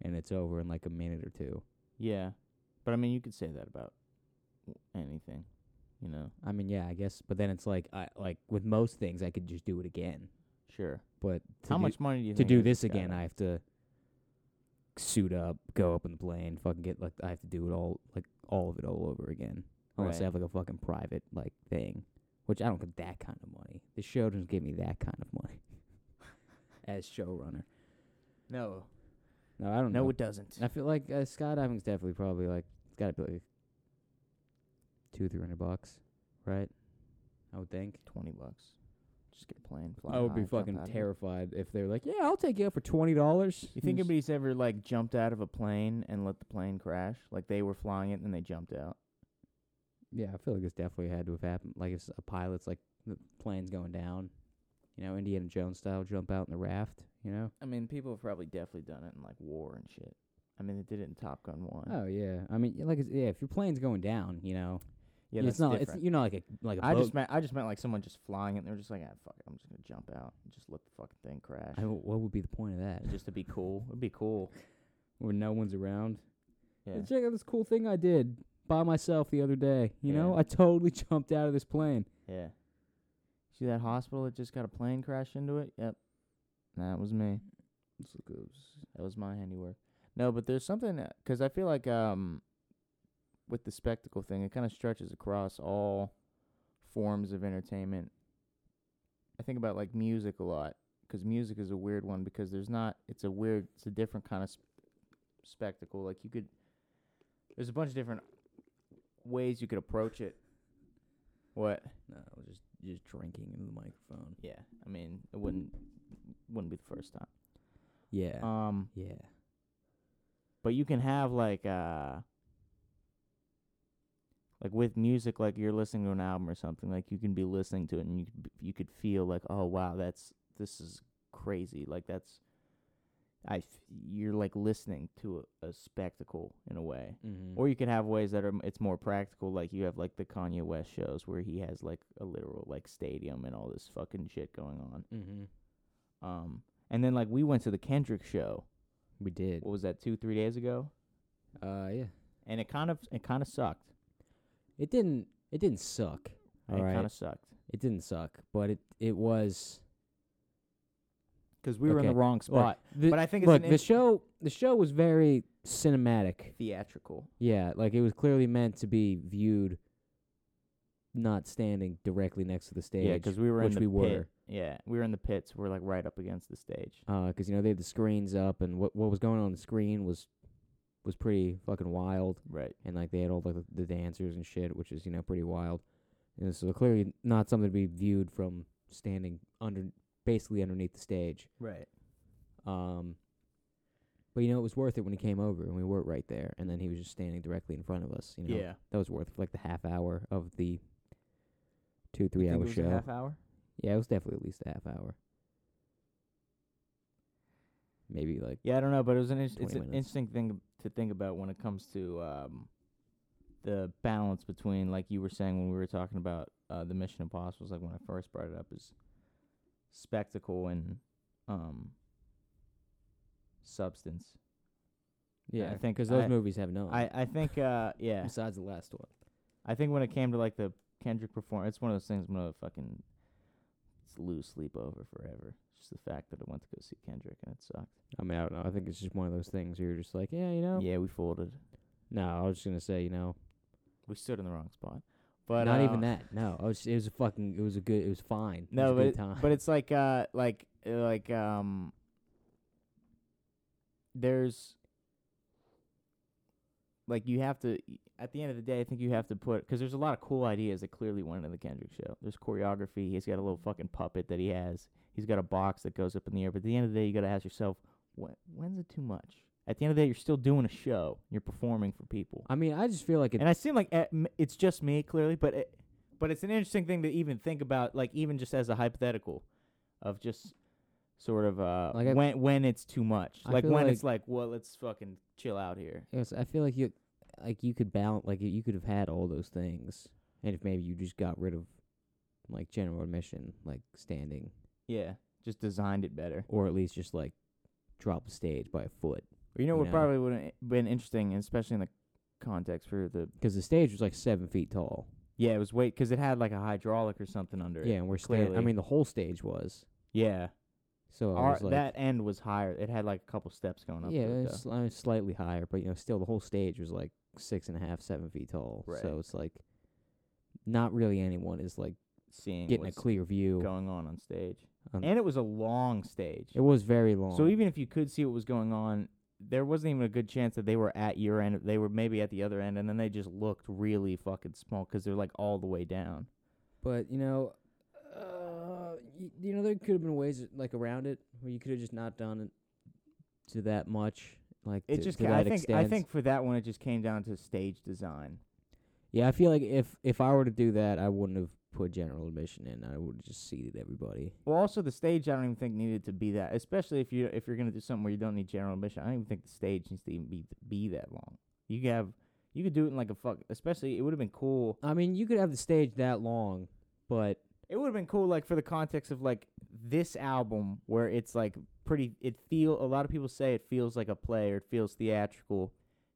S1: and it's over in like a minute or two.
S2: Yeah, but I mean, you could say that about w- anything, you know.
S1: I mean, yeah, I guess, but then it's like I like with most things I could just do it again,
S2: Sure.
S1: but to
S2: How
S1: do-
S2: much money do you
S1: to
S2: think
S1: do
S2: it is
S1: this again,
S2: skydiving?
S1: I have to suit up, go up in the plane, fucking get like I have to do it all like all of it all over again. Unless
S2: Right.
S1: I have like a fucking private like thing, which I don't get that kind of money. The show doesn't give me that kind of money as showrunner.
S2: no,
S1: No, I don't
S2: no,
S1: know.
S2: it doesn't.
S1: I feel like uh, skydiving's definitely probably like it's got to be like two three hundred bucks, right? I would think.
S2: Twenty bucks. Just get a plane. Fly
S1: I would
S2: high,
S1: be
S2: jump
S1: fucking
S2: out of it.
S1: terrified if they were like, "Yeah, I'll take you out for twenty dollars." Mm.
S2: You think anybody's ever like jumped out of a plane and let the plane crash? Like they were flying it and then they jumped out.
S1: Yeah, I feel like this definitely had to have happened. Like if s- a pilot's like the plane's going down, you know, Indiana Jones style, jump out in the raft, you know.
S2: I mean, people have probably definitely done it in like war and shit. I mean, they did it in Top Gun One.
S1: Oh yeah, I mean, yeah, like it's, yeah, if your plane's going down, you know,
S2: yeah,
S1: it's
S2: that's
S1: not,
S2: different.
S1: it's you're not like a like a
S2: I
S1: boat.
S2: just meant I just meant like someone just flying it and they're just like, ah, fuck it, I'm just gonna jump out and just let the fucking thing crash.
S1: I mean, what would be the point of that?
S2: just to be cool. It'd be cool.
S1: When no one's around.
S2: Yeah.
S1: Hey, check out this cool thing I did by myself the other day. You know,
S2: Yeah.
S1: I totally jumped out of this plane.
S2: Yeah. See that hospital that just got a plane crash into it? Yep. That was me. That was my handiwork. No, but there's something because I feel like um, with the spectacle thing, it kind of stretches across all forms of entertainment. I think about like music a lot because music is a weird one because there's not. It's a weird. It's a different kind of sp- spectacle. Like you could. There's a bunch of different ways you could approach it. What?
S1: No, I was just just drinking in the microphone.
S2: Yeah, I mean, it wouldn't wouldn't be the first time.
S1: Yeah.
S2: Um,
S1: yeah.
S2: but you can have like uh, like with music, like you're listening to an album or something. Like you can be listening to it, and you could b- you could feel like, oh wow, that's this is crazy. Like that's, I f- you're like listening to a, a spectacle in a way.
S1: Mm-hmm.
S2: Or you could have ways that are m- it's more practical, like you have like the Kanye West shows where he has like a literal like stadium and all this fucking shit going on.
S1: mm-hmm.
S2: Um, and then like we went to the Kendrick show.
S1: we did.
S2: What was that? Two, three days ago,
S1: Uh, yeah.
S2: and it kind of it kind of sucked.
S1: It didn't. It didn't suck. All
S2: it
S1: right.
S2: kind of sucked
S1: It didn't suck, but it it was.
S2: because we were in the
S1: Okay.
S2: wrong spot.
S1: the,
S2: but I think it's
S1: look,
S2: an
S1: the
S2: int-
S1: show the show was very cinematic.
S2: theatrical.
S1: Yeah, like it was clearly meant to be viewed. Not standing directly next to the stage.
S2: Yeah, because we were
S1: which
S2: in the
S1: we
S2: pit.
S1: were.
S2: Yeah, we were in the pits. We're like right up against the stage.
S1: because uh, you know they had the screens up, and what what was going on, on the screen was was pretty fucking wild,
S2: Right.
S1: and like they had all like the, the dancers and shit, which is you know pretty wild, and so clearly not something to be viewed from standing under basically underneath the stage.
S2: Right.
S1: Um, but you know it was worth it when he came over and we were right there, and then he was just standing directly in front of us. You know
S2: yeah.
S1: that was worth like the half hour of the two three hour show.
S2: half hour.
S1: Yeah, it was definitely at least a half hour. Maybe like
S2: Yeah, I don't know, but it was an in- it's
S1: 20
S2: an
S1: minutes.
S2: interesting thing to think about when it comes to um, the balance between, like you were saying when we were talking about uh, the Mission Impossible, like when I first brought it up, is spectacle and um, substance.
S1: yeah,
S2: I think
S1: because those
S2: I-
S1: movies have none.
S2: I I think uh, yeah,
S1: besides the last one.
S2: I think when it came to like the Kendrick performance, it's one of those things I'm gonna fucking s- lose sleep over forever. Just the fact that I went to go see Kendrick and it sucked.
S1: I mean, I don't know. I think it's just one of those things where you're just like, yeah, you know.
S2: Yeah, we folded.
S1: No, I was just gonna say, you know,
S2: We stood in the wrong spot. But
S1: Not even
S2: uh,
S1: that. No, I was, it was a fucking. It was a good. It was fine. It
S2: No,
S1: was a
S2: but
S1: good
S2: it-
S1: time.
S2: but it's like uh like uh, like um there's like you have to at the end of the day I think you have to put cuz there's a lot of cool ideas that clearly went into the Kendrick show. There's choreography, he's got a little fucking puppet that he has. He's got a box that goes up in the air, but at the end of the day you got to ask yourself when, when's it too much? At the end of the day you're still doing a show. You're performing for people.
S1: I mean, I just feel like it.
S2: And I seem like eh, m- it's just me, clearly, but it, but it's an interesting thing to even think about, like even just as a hypothetical, of just sort of uh,
S1: Like I-
S2: when when it's too much,
S1: I
S2: like
S1: feel
S2: when it's like, well, let's fucking chill out here.
S1: Yes, I feel like you, like you could balance, like you could have had all those things, and if maybe you just got rid of, like general admission, like standing,
S2: Yeah, just designed it better.
S1: or at least just like drop the stage by a foot,
S2: You know,
S1: You
S2: what
S1: know.
S2: probably would have been interesting, especially in the context for the
S1: because the stage was like seven feet tall.
S2: yeah, it was weight because it had like a hydraulic or something under
S1: Yeah,
S2: it.
S1: and we're standing. I
S2: clearly.
S1: mean, the whole stage was.
S2: Yeah,
S1: So I
S2: Our-
S1: was like,
S2: that end was higher. It had like a couple steps going up.
S1: yeah,
S2: to it,
S1: it
S2: though.
S1: was, sli- slightly higher, but you know, still the whole stage was like six and a half, seven feet tall.
S2: Right.
S1: So it's like, not really anyone is like
S2: seeing
S1: getting a
S2: what's
S1: clear view.
S2: going on on stage,
S1: Um,
S2: and it was a long stage.
S1: It was very long.
S2: So even if you could see what was going on, there wasn't even a good chance that they were at your end. They were maybe at the other end, and then they just looked really fucking small because they're like all the way down.
S1: But you know, uh, you, you know there could have been ways that, like around it where you could have just not done it to that much. Like
S2: It
S1: to,
S2: just
S1: to
S2: ca-
S1: that
S2: I think
S1: extent.
S2: I think for that one it just came down to stage design.
S1: yeah. I feel like if if I were to do that, I wouldn't have put general admission in. I would have just seated everybody.
S2: Well, also the stage I don't even think needed to be that, especially if you if you're gonna do something where you don't need general admission. I don't even think the stage needs to even be be that long. You could have you could do it in like a fuck. Especially it would have been cool.
S1: I mean, you could have the stage that long, but
S2: It would have been cool, like for the context of like this album, where it's like pretty. It feel a lot of people say it feels like a play or it feels theatrical.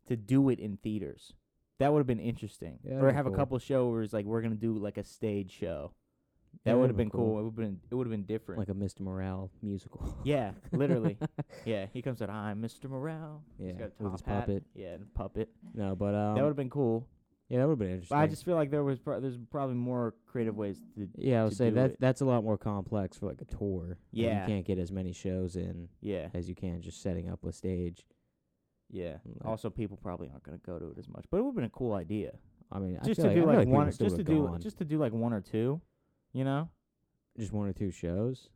S2: To do it in theaters, that would have been interesting.
S1: Yeah, that'd
S2: or
S1: be
S2: have a
S1: cool.
S2: couple shows like we're gonna do like a stage show. That
S1: Yeah,
S2: would
S1: that'd
S2: have
S1: be
S2: been cool.
S1: cool.
S2: It would have been it would have been different.
S1: like a Mr. Morale musical.
S2: yeah, literally. yeah, he comes out. I'm Mr. Morale.
S1: yeah,
S2: He's got a
S1: with his
S2: top hat.
S1: puppet.
S2: Yeah, and a puppet.
S1: No, but um,
S2: that would have been cool.
S1: yeah, that would have been interesting.
S2: But I just feel like there was pro- there's probably more creative ways to.
S1: yeah, I would
S2: to
S1: say
S2: do
S1: that
S2: it.
S1: that's a lot more complex for like a tour. where
S2: Yeah.
S1: you can't get as many shows in
S2: Yeah,
S1: as you can just setting up a stage.
S2: yeah.
S1: Like-
S2: Also, people probably aren't gonna go to it as much, but it would have been a cool idea.
S1: I mean, I
S2: just
S1: feel like,
S2: to
S1: I
S2: do
S1: feel
S2: like,
S1: like people
S2: one,
S1: still
S2: just to
S1: would've
S2: do
S1: gone.
S2: just to do like one or two, you know,
S1: Just one or two shows.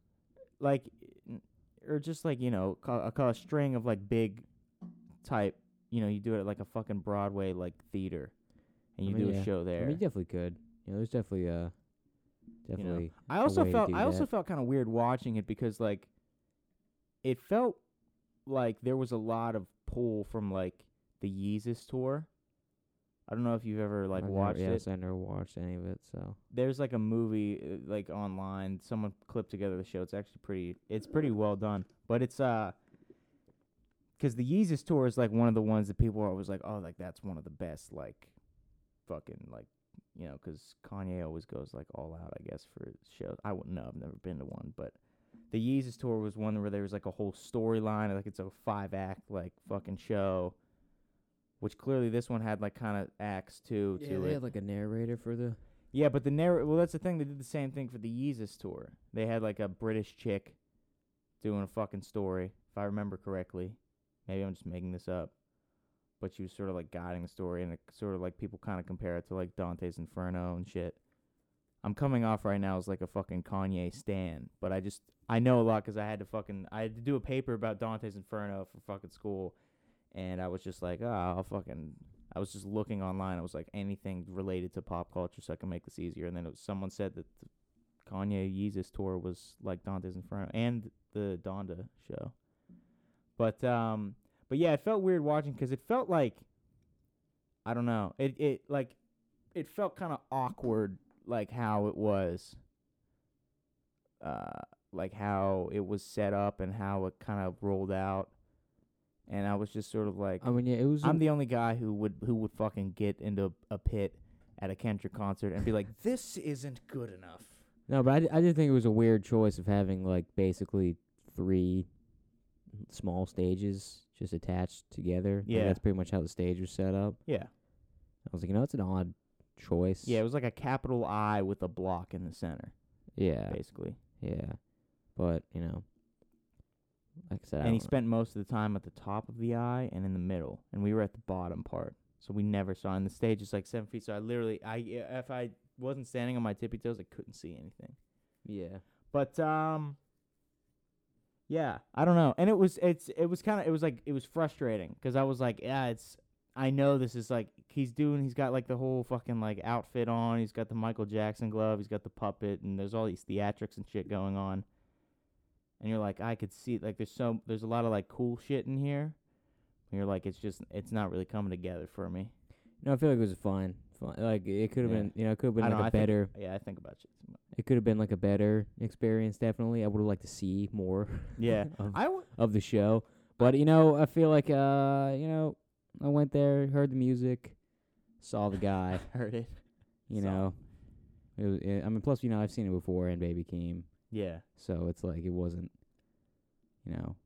S2: like n- or just like you know, ca- a, ca- a string of like big type. You know, you do it at like a fucking Broadway like theater, and
S1: I
S2: you
S1: mean,
S2: do
S1: yeah.
S2: a show
S1: I
S2: there.
S1: mean, you definitely could. You know, there's definitely uh, definitely.
S2: I also
S1: way to
S2: felt
S1: do
S2: I also
S1: that.
S2: felt kind of weird watching it because like it felt like there was a lot of pull from like the Yeezus tour. I don't know if you've ever
S1: I've
S2: like
S1: never-
S2: watched it.
S1: yes, I never watched any of it. So
S2: There's like a movie uh, like online. Someone clipped together the show. It's actually pretty. It's pretty well done. But it's uh, because the Yeezus tour is like one of the ones that people are always like, oh, like that's one of the best. Like, fucking like, you know, 'cause Kanye always goes like all out. I guess for his shows. I wouldn't know. I've never been to one, but the Yeezus tour was one where there was like a whole storyline. Like it's a five act like fucking show. Which clearly this one had like kind of acts too to it.
S1: they had like a narrator for the.
S2: Yeah, but the narr well, that's the thing. They did the same thing for the Yeezus tour. They had like a British chick doing a fucking story, if I remember correctly. Maybe I'm just making this up, but she was sort of like guiding the story, and it sort of like people kind of compare it to like Dante's Inferno and shit. I'm coming off right now as like a fucking Kanye stan, but I just I know a lot 'cause I had to fucking I had to do a paper about Dante's Inferno for fucking school, and I was just like, oh, I'll fucking I was just looking online. I was like, anything related to pop culture, so I can make this easier. And then it was, someone said that the Kanye Yeezus tour was like Dante's Inferno and the Donda show. But um, but yeah, it felt weird watching 'cause it felt like I don't know. It it like it felt kind of awkward, like how it was. Uh, like how it was set up and how it kind of rolled out, and I was just sort of like,
S1: I mean, yeah, it was.
S2: I'm the only guy who would who would fucking get into a pit at a Kendrick concert and be like, "This isn't good enough."
S1: no, but I, d- I did think it was a weird choice of having like basically three small stages just attached together. Like,
S2: Yeah.
S1: that's pretty much how the stage was set up.
S2: Yeah,
S1: I was like, you know, it's an odd choice.
S2: Yeah, it was like a capital I with a block in the center,
S1: yeah,
S2: basically.
S1: yeah. But you know, like I said, I
S2: and he
S1: don't-
S2: spent most of the time at the top of the eye and in the middle, and we were at the bottom part, so we never saw. And the stage is like seven feet, so I literally, I if I wasn't standing on my tippy toes, I couldn't see anything.
S1: yeah,
S2: But um, yeah, I don't know. And it was it's it was kind of it was like it was frustrating because I was like, yeah, it's I know this is like he's doing he's got like the whole fucking like outfit on. He's got the Michael Jackson glove. He's got the puppet, and there's all these theatrics and shit going on. And you're like, I could see like there's so there's a lot of like cool shit in here. And you're like, it's just it's not really coming together for me.
S1: no, I feel like it was fine. fine. Like it could have
S2: Yeah.
S1: been, you know, it could have been
S2: I
S1: like
S2: don't know,
S1: a
S2: I think-
S1: better.
S2: Yeah, I think about shit. too much.
S1: It could have been like a better experience. Definitely, I would have liked to see more
S2: Yeah,
S1: of,
S2: I w-
S1: of the show. But you know, I feel like uh, you know, I went there, heard the music, saw the guy.
S2: heard it.
S1: you
S2: So-
S1: know. It was, I mean, plus you know I've seen it before, and Baby came,
S2: Yeah,
S1: so it's like it wasn't, you know,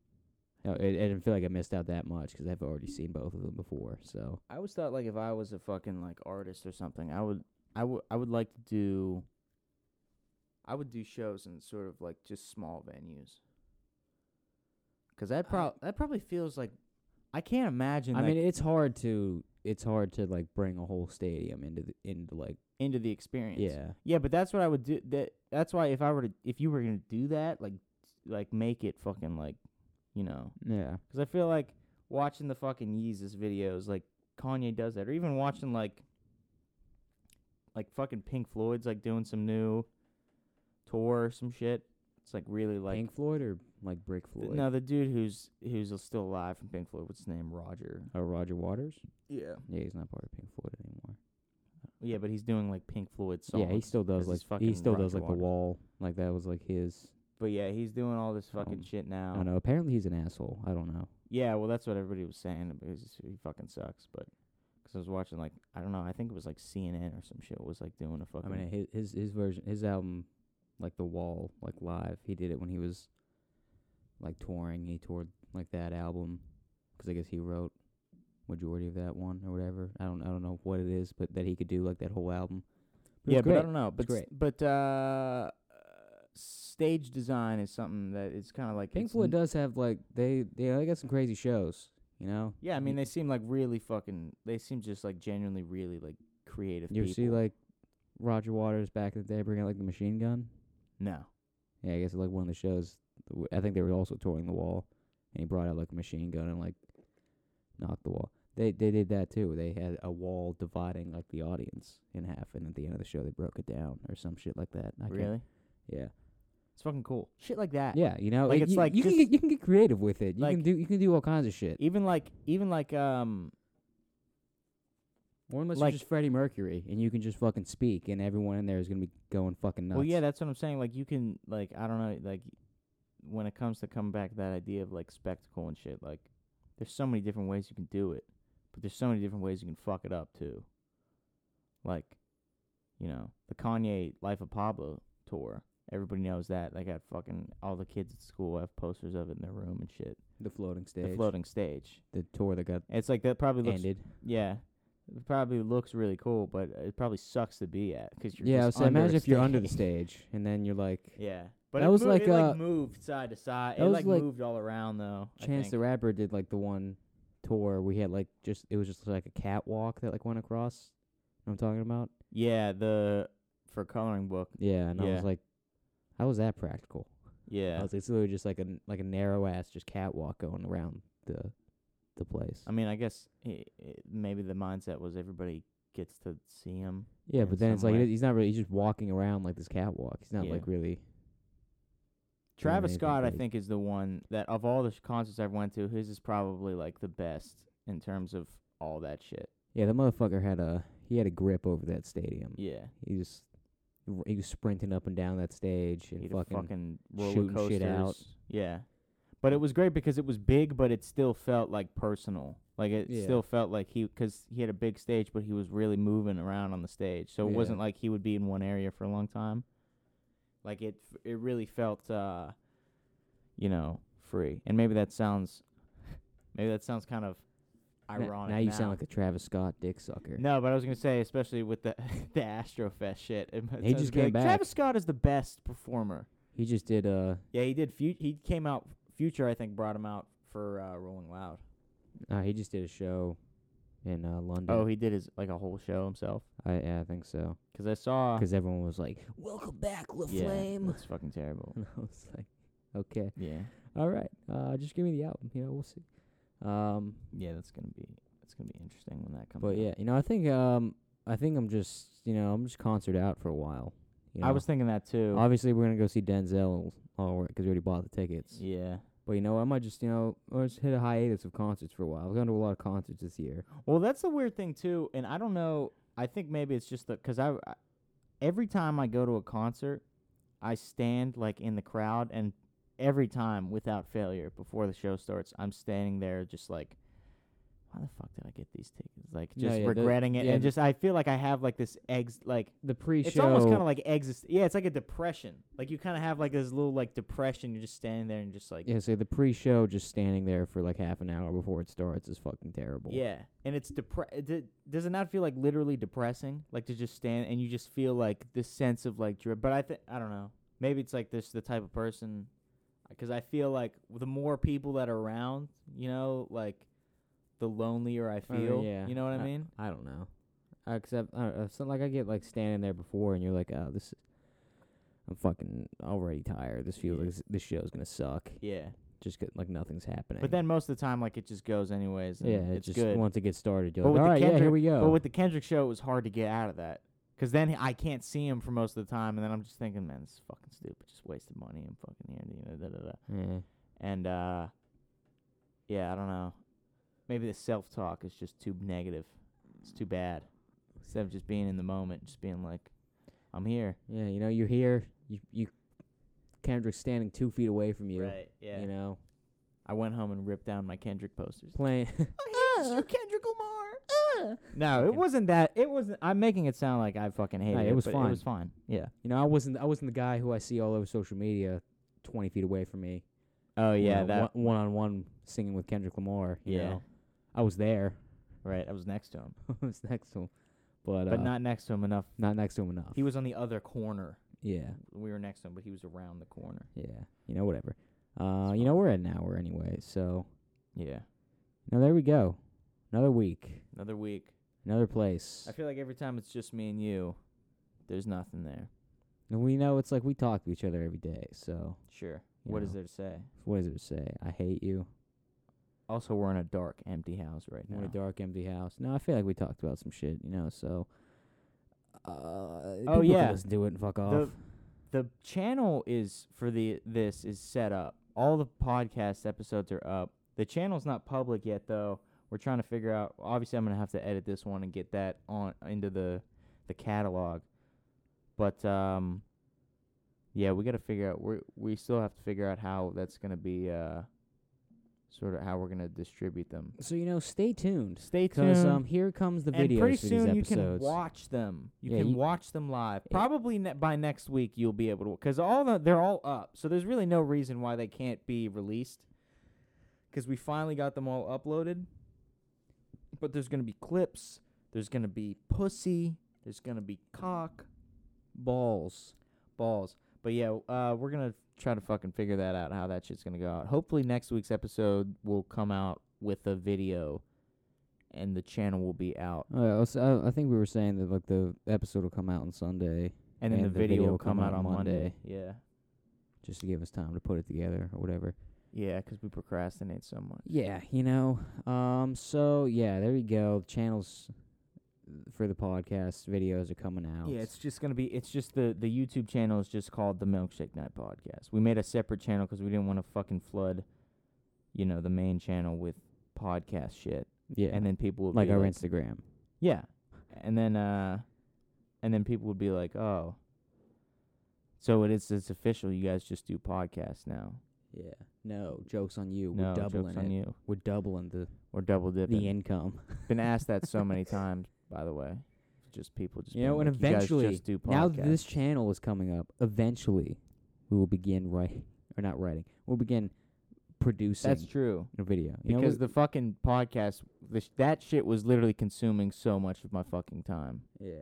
S1: no, it, I didn't feel like I missed out that much 'cause I've already seen both of them before. So
S2: I always thought like if I was a fucking like artist or something, I would I would I would like to do I would do shows in sort of like just small venues. Cuz that pro that probably feels like I can't imagine
S1: I
S2: like,
S1: mean, it's hard to it's hard to like bring a whole stadium into the into like
S2: into the experience.
S1: yeah
S2: Yeah, but that's what I would do that that's why if I were to if you were going to do that like like make it fucking like you know
S1: yeah
S2: Because I feel like watching the fucking Yeezus videos, like Kanye does that, or even watching like, like fucking Pink Floyd's like doing some new tour or some shit. It's like really like
S1: Pink Floyd or like Brick
S2: th-
S1: Floyd
S2: no, the dude who's who's still alive from Pink Floyd. What's his name? Roger.
S1: or Oh, Roger Waters.
S2: Yeah.
S1: Yeah, he's not part of Pink Floyd anymore.
S2: Yeah, but he's doing like Pink Floyd songs.
S1: Yeah, he still does
S2: 'cause he's
S1: like
S2: fucking
S1: he still does
S2: Roger
S1: like
S2: Waters.
S1: the wall like that was like his.
S2: But yeah, he's doing all this fucking
S1: Um,
S2: shit
S1: I
S2: now.
S1: don't know. Apparently he's an asshole. I don't know.
S2: Yeah, well, that's what everybody was saying. Because he fucking sucks, but. Because I was watching, like, I don't know, I think it was like CNN or some shit was like doing a
S1: I
S2: fucking.
S1: mean, his his his version, his album, like the Wall, like live. He did it when he was like touring. He toured like that album. 'Cause I guess he wrote majority of that one or whatever. I don't I don't know what it is, but that he could do like that whole album. But it
S2: yeah,
S1: was
S2: but I
S1: great.
S2: don't know. But s- but uh, stage design is something that it's kind of like
S1: Pink
S2: it's
S1: Floyd
S2: n-
S1: does have like they they they got some crazy shows. You know.
S2: Yeah, I mean
S1: You-
S2: they seem like really fucking. They seem just like genuinely really like creative.
S1: you ever
S2: people.
S1: see like Roger Waters back in the day bring out like the machine gun.
S2: no.
S1: Yeah, I guess like one of the shows. w- I think they were also touring the wall, and he brought out like a machine gun and like knocked the wall. They they did that too. They had a wall dividing like the audience in half, and at the end of the show they broke it down or some shit like that. I can't-
S2: Really,
S1: Yeah.
S2: it's fucking cool. Shit like that.
S1: Yeah, you know,
S2: Like,
S1: it-
S2: it's
S1: you,
S2: like
S1: you can
S2: just-
S1: get, you can get creative with it. You
S2: like-
S1: can do you can do all kinds of shit.
S2: Even like even like um
S1: Or unless
S2: like-
S1: you're just Freddie Mercury and you can just fucking speak, and everyone in there is gonna be going fucking nuts.
S2: Well, yeah, that's what I'm saying. Like you can, like I don't know, like when it comes to coming back to that idea of like spectacle and shit. Like there's so many different ways you can do it, but there's so many different ways you can fuck it up too. Like, you know, the Kanye Life of Pablo tour. Everybody knows that. They got fucking all the kids at school have posters of it in their room and shit.
S1: the floating stage,
S2: The
S1: the,
S2: floating stage.
S1: tour that got
S2: It's like that probably looks.
S1: ended.
S2: Yeah. It probably looks really cool, but it probably sucks to be at because you're
S1: Yeah,
S2: just
S1: so
S2: under
S1: imagine
S2: a
S1: if you're under the
S2: stage.
S1: stage and then you're like,
S2: Yeah, but
S1: That
S2: it
S1: was
S2: mo-
S1: like,
S2: it,
S1: uh,
S2: moved side to side.
S1: that
S2: It
S1: was
S2: like,
S1: like
S2: moved all around though. I
S1: Chance
S2: think.
S1: the Rapper did like the one tour we had like just it was just like a catwalk that like went across. You know what I'm talking about?
S2: yeah, the for coloring book.
S1: Yeah, and I
S2: Yeah.
S1: was like, how was that practical? I
S2: Yeah,
S1: was like, it's literally just like a n- like a narrow ass just catwalk going around the the place.
S2: I mean, I guess i i maybe the mindset was everybody gets to see him.
S1: yeah,
S2: in
S1: but then it's
S2: some
S1: like
S2: way.
S1: he's not really he's just walking around like this catwalk. He's not
S2: Yeah.
S1: like really.
S2: Travis
S1: anything
S2: Scott, I
S1: big.
S2: think, is the one that of all the sh- concerts I've went to, his is probably like the best in terms of all that shit.
S1: Yeah, that motherfucker had a he had a grip over that stadium.
S2: Yeah,
S1: He just he was sprinting up and down that stage
S2: he
S1: and
S2: had a
S1: fucking
S2: fucking roller
S1: shooting
S2: coasters.
S1: shit out.
S2: Yeah, but it was great because it was big, but it still felt like personal. Like it
S1: Yeah.
S2: still felt like he because he had a big stage, but he was really moving around on the stage, so it
S1: Yeah.
S2: wasn't like he would be in one area for a long time. Like it, f- it really felt, uh, you know, free. And maybe that sounds, maybe that sounds kind of
S1: Na-
S2: ironic.
S1: Now you sound like a Travis Scott dick sucker.
S2: No, but I was gonna say, especially with the the Astrofest shit. It might
S1: He
S2: sound
S1: just
S2: good.
S1: came back.
S2: Travis Scott is the best performer.
S1: He just did uh
S2: Yeah, he did. Fu- he came out. Future, I think, brought him out for uh, Rolling Loud.
S1: uh, he just did a show in uh London.
S2: Oh, he did his like a whole show himself.
S1: I yeah, I think so.
S2: Cause I saw.
S1: Because everyone was like, "Welcome back, La
S2: Uh. yeah,
S1: Flame."
S2: that's fucking terrible.
S1: And I was like, "Okay,
S2: yeah,
S1: all right, uh, just give me the album. You know, we'll see." Um,
S2: yeah, that's gonna be that's gonna be interesting when that comes.
S1: but
S2: out.
S1: yeah, you know, I think um, I think I'm just you know I'm just concert out for a while. You know?
S2: I was thinking that too.
S1: obviously we're gonna go see Denzel because we already bought the tickets.
S2: yeah.
S1: But you know, I might just you know I just hit a hiatus of concerts for a while. I've gone to a lot of concerts this year.
S2: Well, that's the weird thing too, and I don't know. I think maybe it's just the because I, I every time I go to a concert, I stand like in the crowd, and every time without failure before the show starts, I'm standing there just like. Why the fuck did I get these tickets? Like
S1: No,
S2: just
S1: yeah, the-
S2: regretting it,
S1: yeah,
S2: and
S1: the-
S2: just I feel like I have like this ex like
S1: The pre-show.
S2: it's almost kind of like exist. Yeah, it's like a depression. Like you kind of have like this little like depression. You're just standing there and just like
S1: yeah. So the pre-show, just standing there for like half an hour before it starts, is fucking terrible.
S2: Yeah, and it's depre- d- Does it not feel like literally depressing? Like to just stand and you just feel like this sense of like drip. But I think I don't know. Maybe it's like this the type of person, because I feel like the more people that are around, you know, like the lonelier I
S1: I mean,
S2: feel.
S1: Oh, yeah.
S2: You know what I mean?
S1: I don't know. Except, I don't know, so like I get like standing there before, and you're like, oh, this. I'm fucking already tired. This feels
S2: Yeah.
S1: like this, this show's gonna suck.
S2: Yeah.
S1: Just 'cause, like nothing's happening.
S2: But then most of the time, like it just goes anyways. And
S1: yeah, it
S2: it's
S1: just
S2: good.
S1: once it gets started, you're
S2: But
S1: like, all
S2: with
S1: right,
S2: the
S1: yeah, here we
S2: Kendrick-
S1: go.
S2: But with the Kendrick show, it was hard to get out of that. Because then I can't see him for most of the time, and then I'm just thinking, man, this is fucking stupid. Just wasted money and fucking here, you know, da da da.
S1: yeah.
S2: And uh yeah, I don't know. Maybe the self talk is just too negative. It's too bad. Instead of just being in the moment, just being like, I'm here.
S1: Yeah, you know, you're here. You you Kendrick's standing two feet away from you.
S2: yeah.
S1: You know,
S2: I went home and ripped down my Kendrick posters.
S1: playing.
S2: I hate you, Oh, Kendrick Lamar. No, it
S1: Fucking-
S2: wasn't that. It wasn't. I'm making it sound like I fucking hated
S1: Nah,
S2: it.
S1: it was
S2: but It
S1: fine.
S2: was fine. Yeah.
S1: you know, I wasn't I wasn't the guy who I see all over social media, twenty feet away from me.
S2: Oh
S1: you
S2: yeah,
S1: know,
S2: that.
S1: one on one singing with Kendrick Lamar. You
S2: Yeah.
S1: know, I was there.
S2: Right. I was next to him,
S1: I was next to him, but,
S2: but
S1: uh,
S2: not next to him enough.
S1: not next to him enough.
S2: He was on the other corner.
S1: yeah,
S2: We were next to him, but he was around the corner.
S1: yeah. You know, whatever. Uh, you know, we're at an hour anyway, so
S2: Yeah.
S1: now there we go. Another week,
S2: Another week.
S1: another place.
S2: I feel like every time it's just me and you, there's nothing there.
S1: and we know it's like we talk to each other every day. So
S2: Sure.
S1: You
S2: What is
S1: know.
S2: there to say?
S1: what does it say? I hate you.
S2: Also, we're in a dark, empty house right now.
S1: in a dark, empty house. No, I feel like we talked about some shit, you know. So, uh, people can
S2: Oh, yeah.
S1: listen to it and fuck off.
S2: the channel is for the this is set up. All the podcast episodes are up. The channel's not public yet though. We're trying to figure out. Obviously, I'm gonna have to edit this one and get that on into the the catalog. But um, yeah, we got to figure out. We we still have to figure out how that's gonna be uh, sort of how we're gonna distribute them.
S1: so you know, stay tuned
S2: Stay tuned.
S1: because um, here comes the
S2: and
S1: videos
S2: pretty
S1: for
S2: soon
S1: these
S2: you can
S1: episodes.
S2: watch them. You
S1: Yeah,
S2: can
S1: you-
S2: watch them live.
S1: Yeah.
S2: Probably ne- by next week you'll be able to because all the they're all up. So there's really no reason why they can't be released because we finally got them all uploaded. But there's gonna be clips. There's gonna be pussy. There's gonna be cock
S1: balls.
S2: balls. But yeah, uh, we're gonna try to fucking figure that out how that shit's gonna go out. Hopefully next week's episode will come out with a video, and the channel will be out.
S1: Uh, I, I think we were saying that like the episode will come out on Sunday,
S2: and then the, video, will come, out on Monday.
S1: Monday.
S2: Yeah,
S1: just to give us time to put it together or whatever.
S2: yeah, because we procrastinate so much.
S1: Yeah, you know. Um. So yeah, there you go. Channels for the podcast videos are coming out.
S2: Yeah, it's just gonna be. It's just the the YouTube channel is just called the Milkshake Night Podcast. We made a separate channel because we didn't want to fucking flood, you know, the main channel with podcast shit,
S1: yeah,
S2: and then people would
S1: like
S2: be
S1: our
S2: like,
S1: Instagram.
S2: yeah, and then uh, and then people would be like, oh, so it is it's official. You guys just do podcasts now.
S1: Yeah. No, jokes on you.
S2: no
S1: We're doubling
S2: jokes
S1: it.
S2: on you.
S1: We're doubling the
S2: Or double dipping.
S1: the income.
S2: Been asked that so many times, by the way. Just people just
S1: You know,
S2: being
S1: and
S2: like, "You guys
S1: eventually,
S2: just do
S1: Now
S2: podcasts."
S1: that this channel is coming up, eventually we will begin writing or not writing. We'll begin producing
S2: That's true.
S1: a video. You know,
S2: Because
S1: we-
S2: the fucking podcast, the sh- that shit was literally consuming so much of my fucking time.
S1: yeah.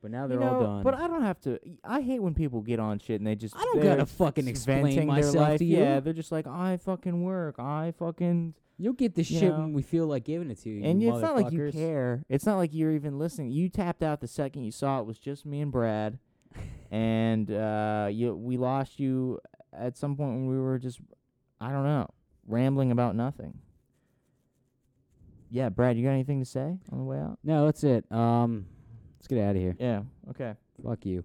S1: But now
S2: You
S1: they're all
S2: know,
S1: done.
S2: But I don't have to. I hate when people get on shit and they just.
S1: I don't
S2: they're
S1: gotta fucking
S2: s-
S1: explain
S2: venting
S1: myself
S2: their life.
S1: to you.
S2: Yeah, they're just like, I fucking work. I fucking.
S5: You'll get the
S2: You
S5: shit
S2: know.
S5: when we feel like giving it to you.
S2: and
S5: you
S2: it's not like you
S5: motherfuckers.
S2: care. It's not like you're even listening. You tapped out the second you saw it was just me and Brad, and uh, you we lost you at some point when we were just, I don't know, rambling about nothing. Yeah, Brad, you got anything to say on the way out?
S5: No, that's it. Um, let's get out of here.
S2: Yeah. Okay.
S5: Fuck you.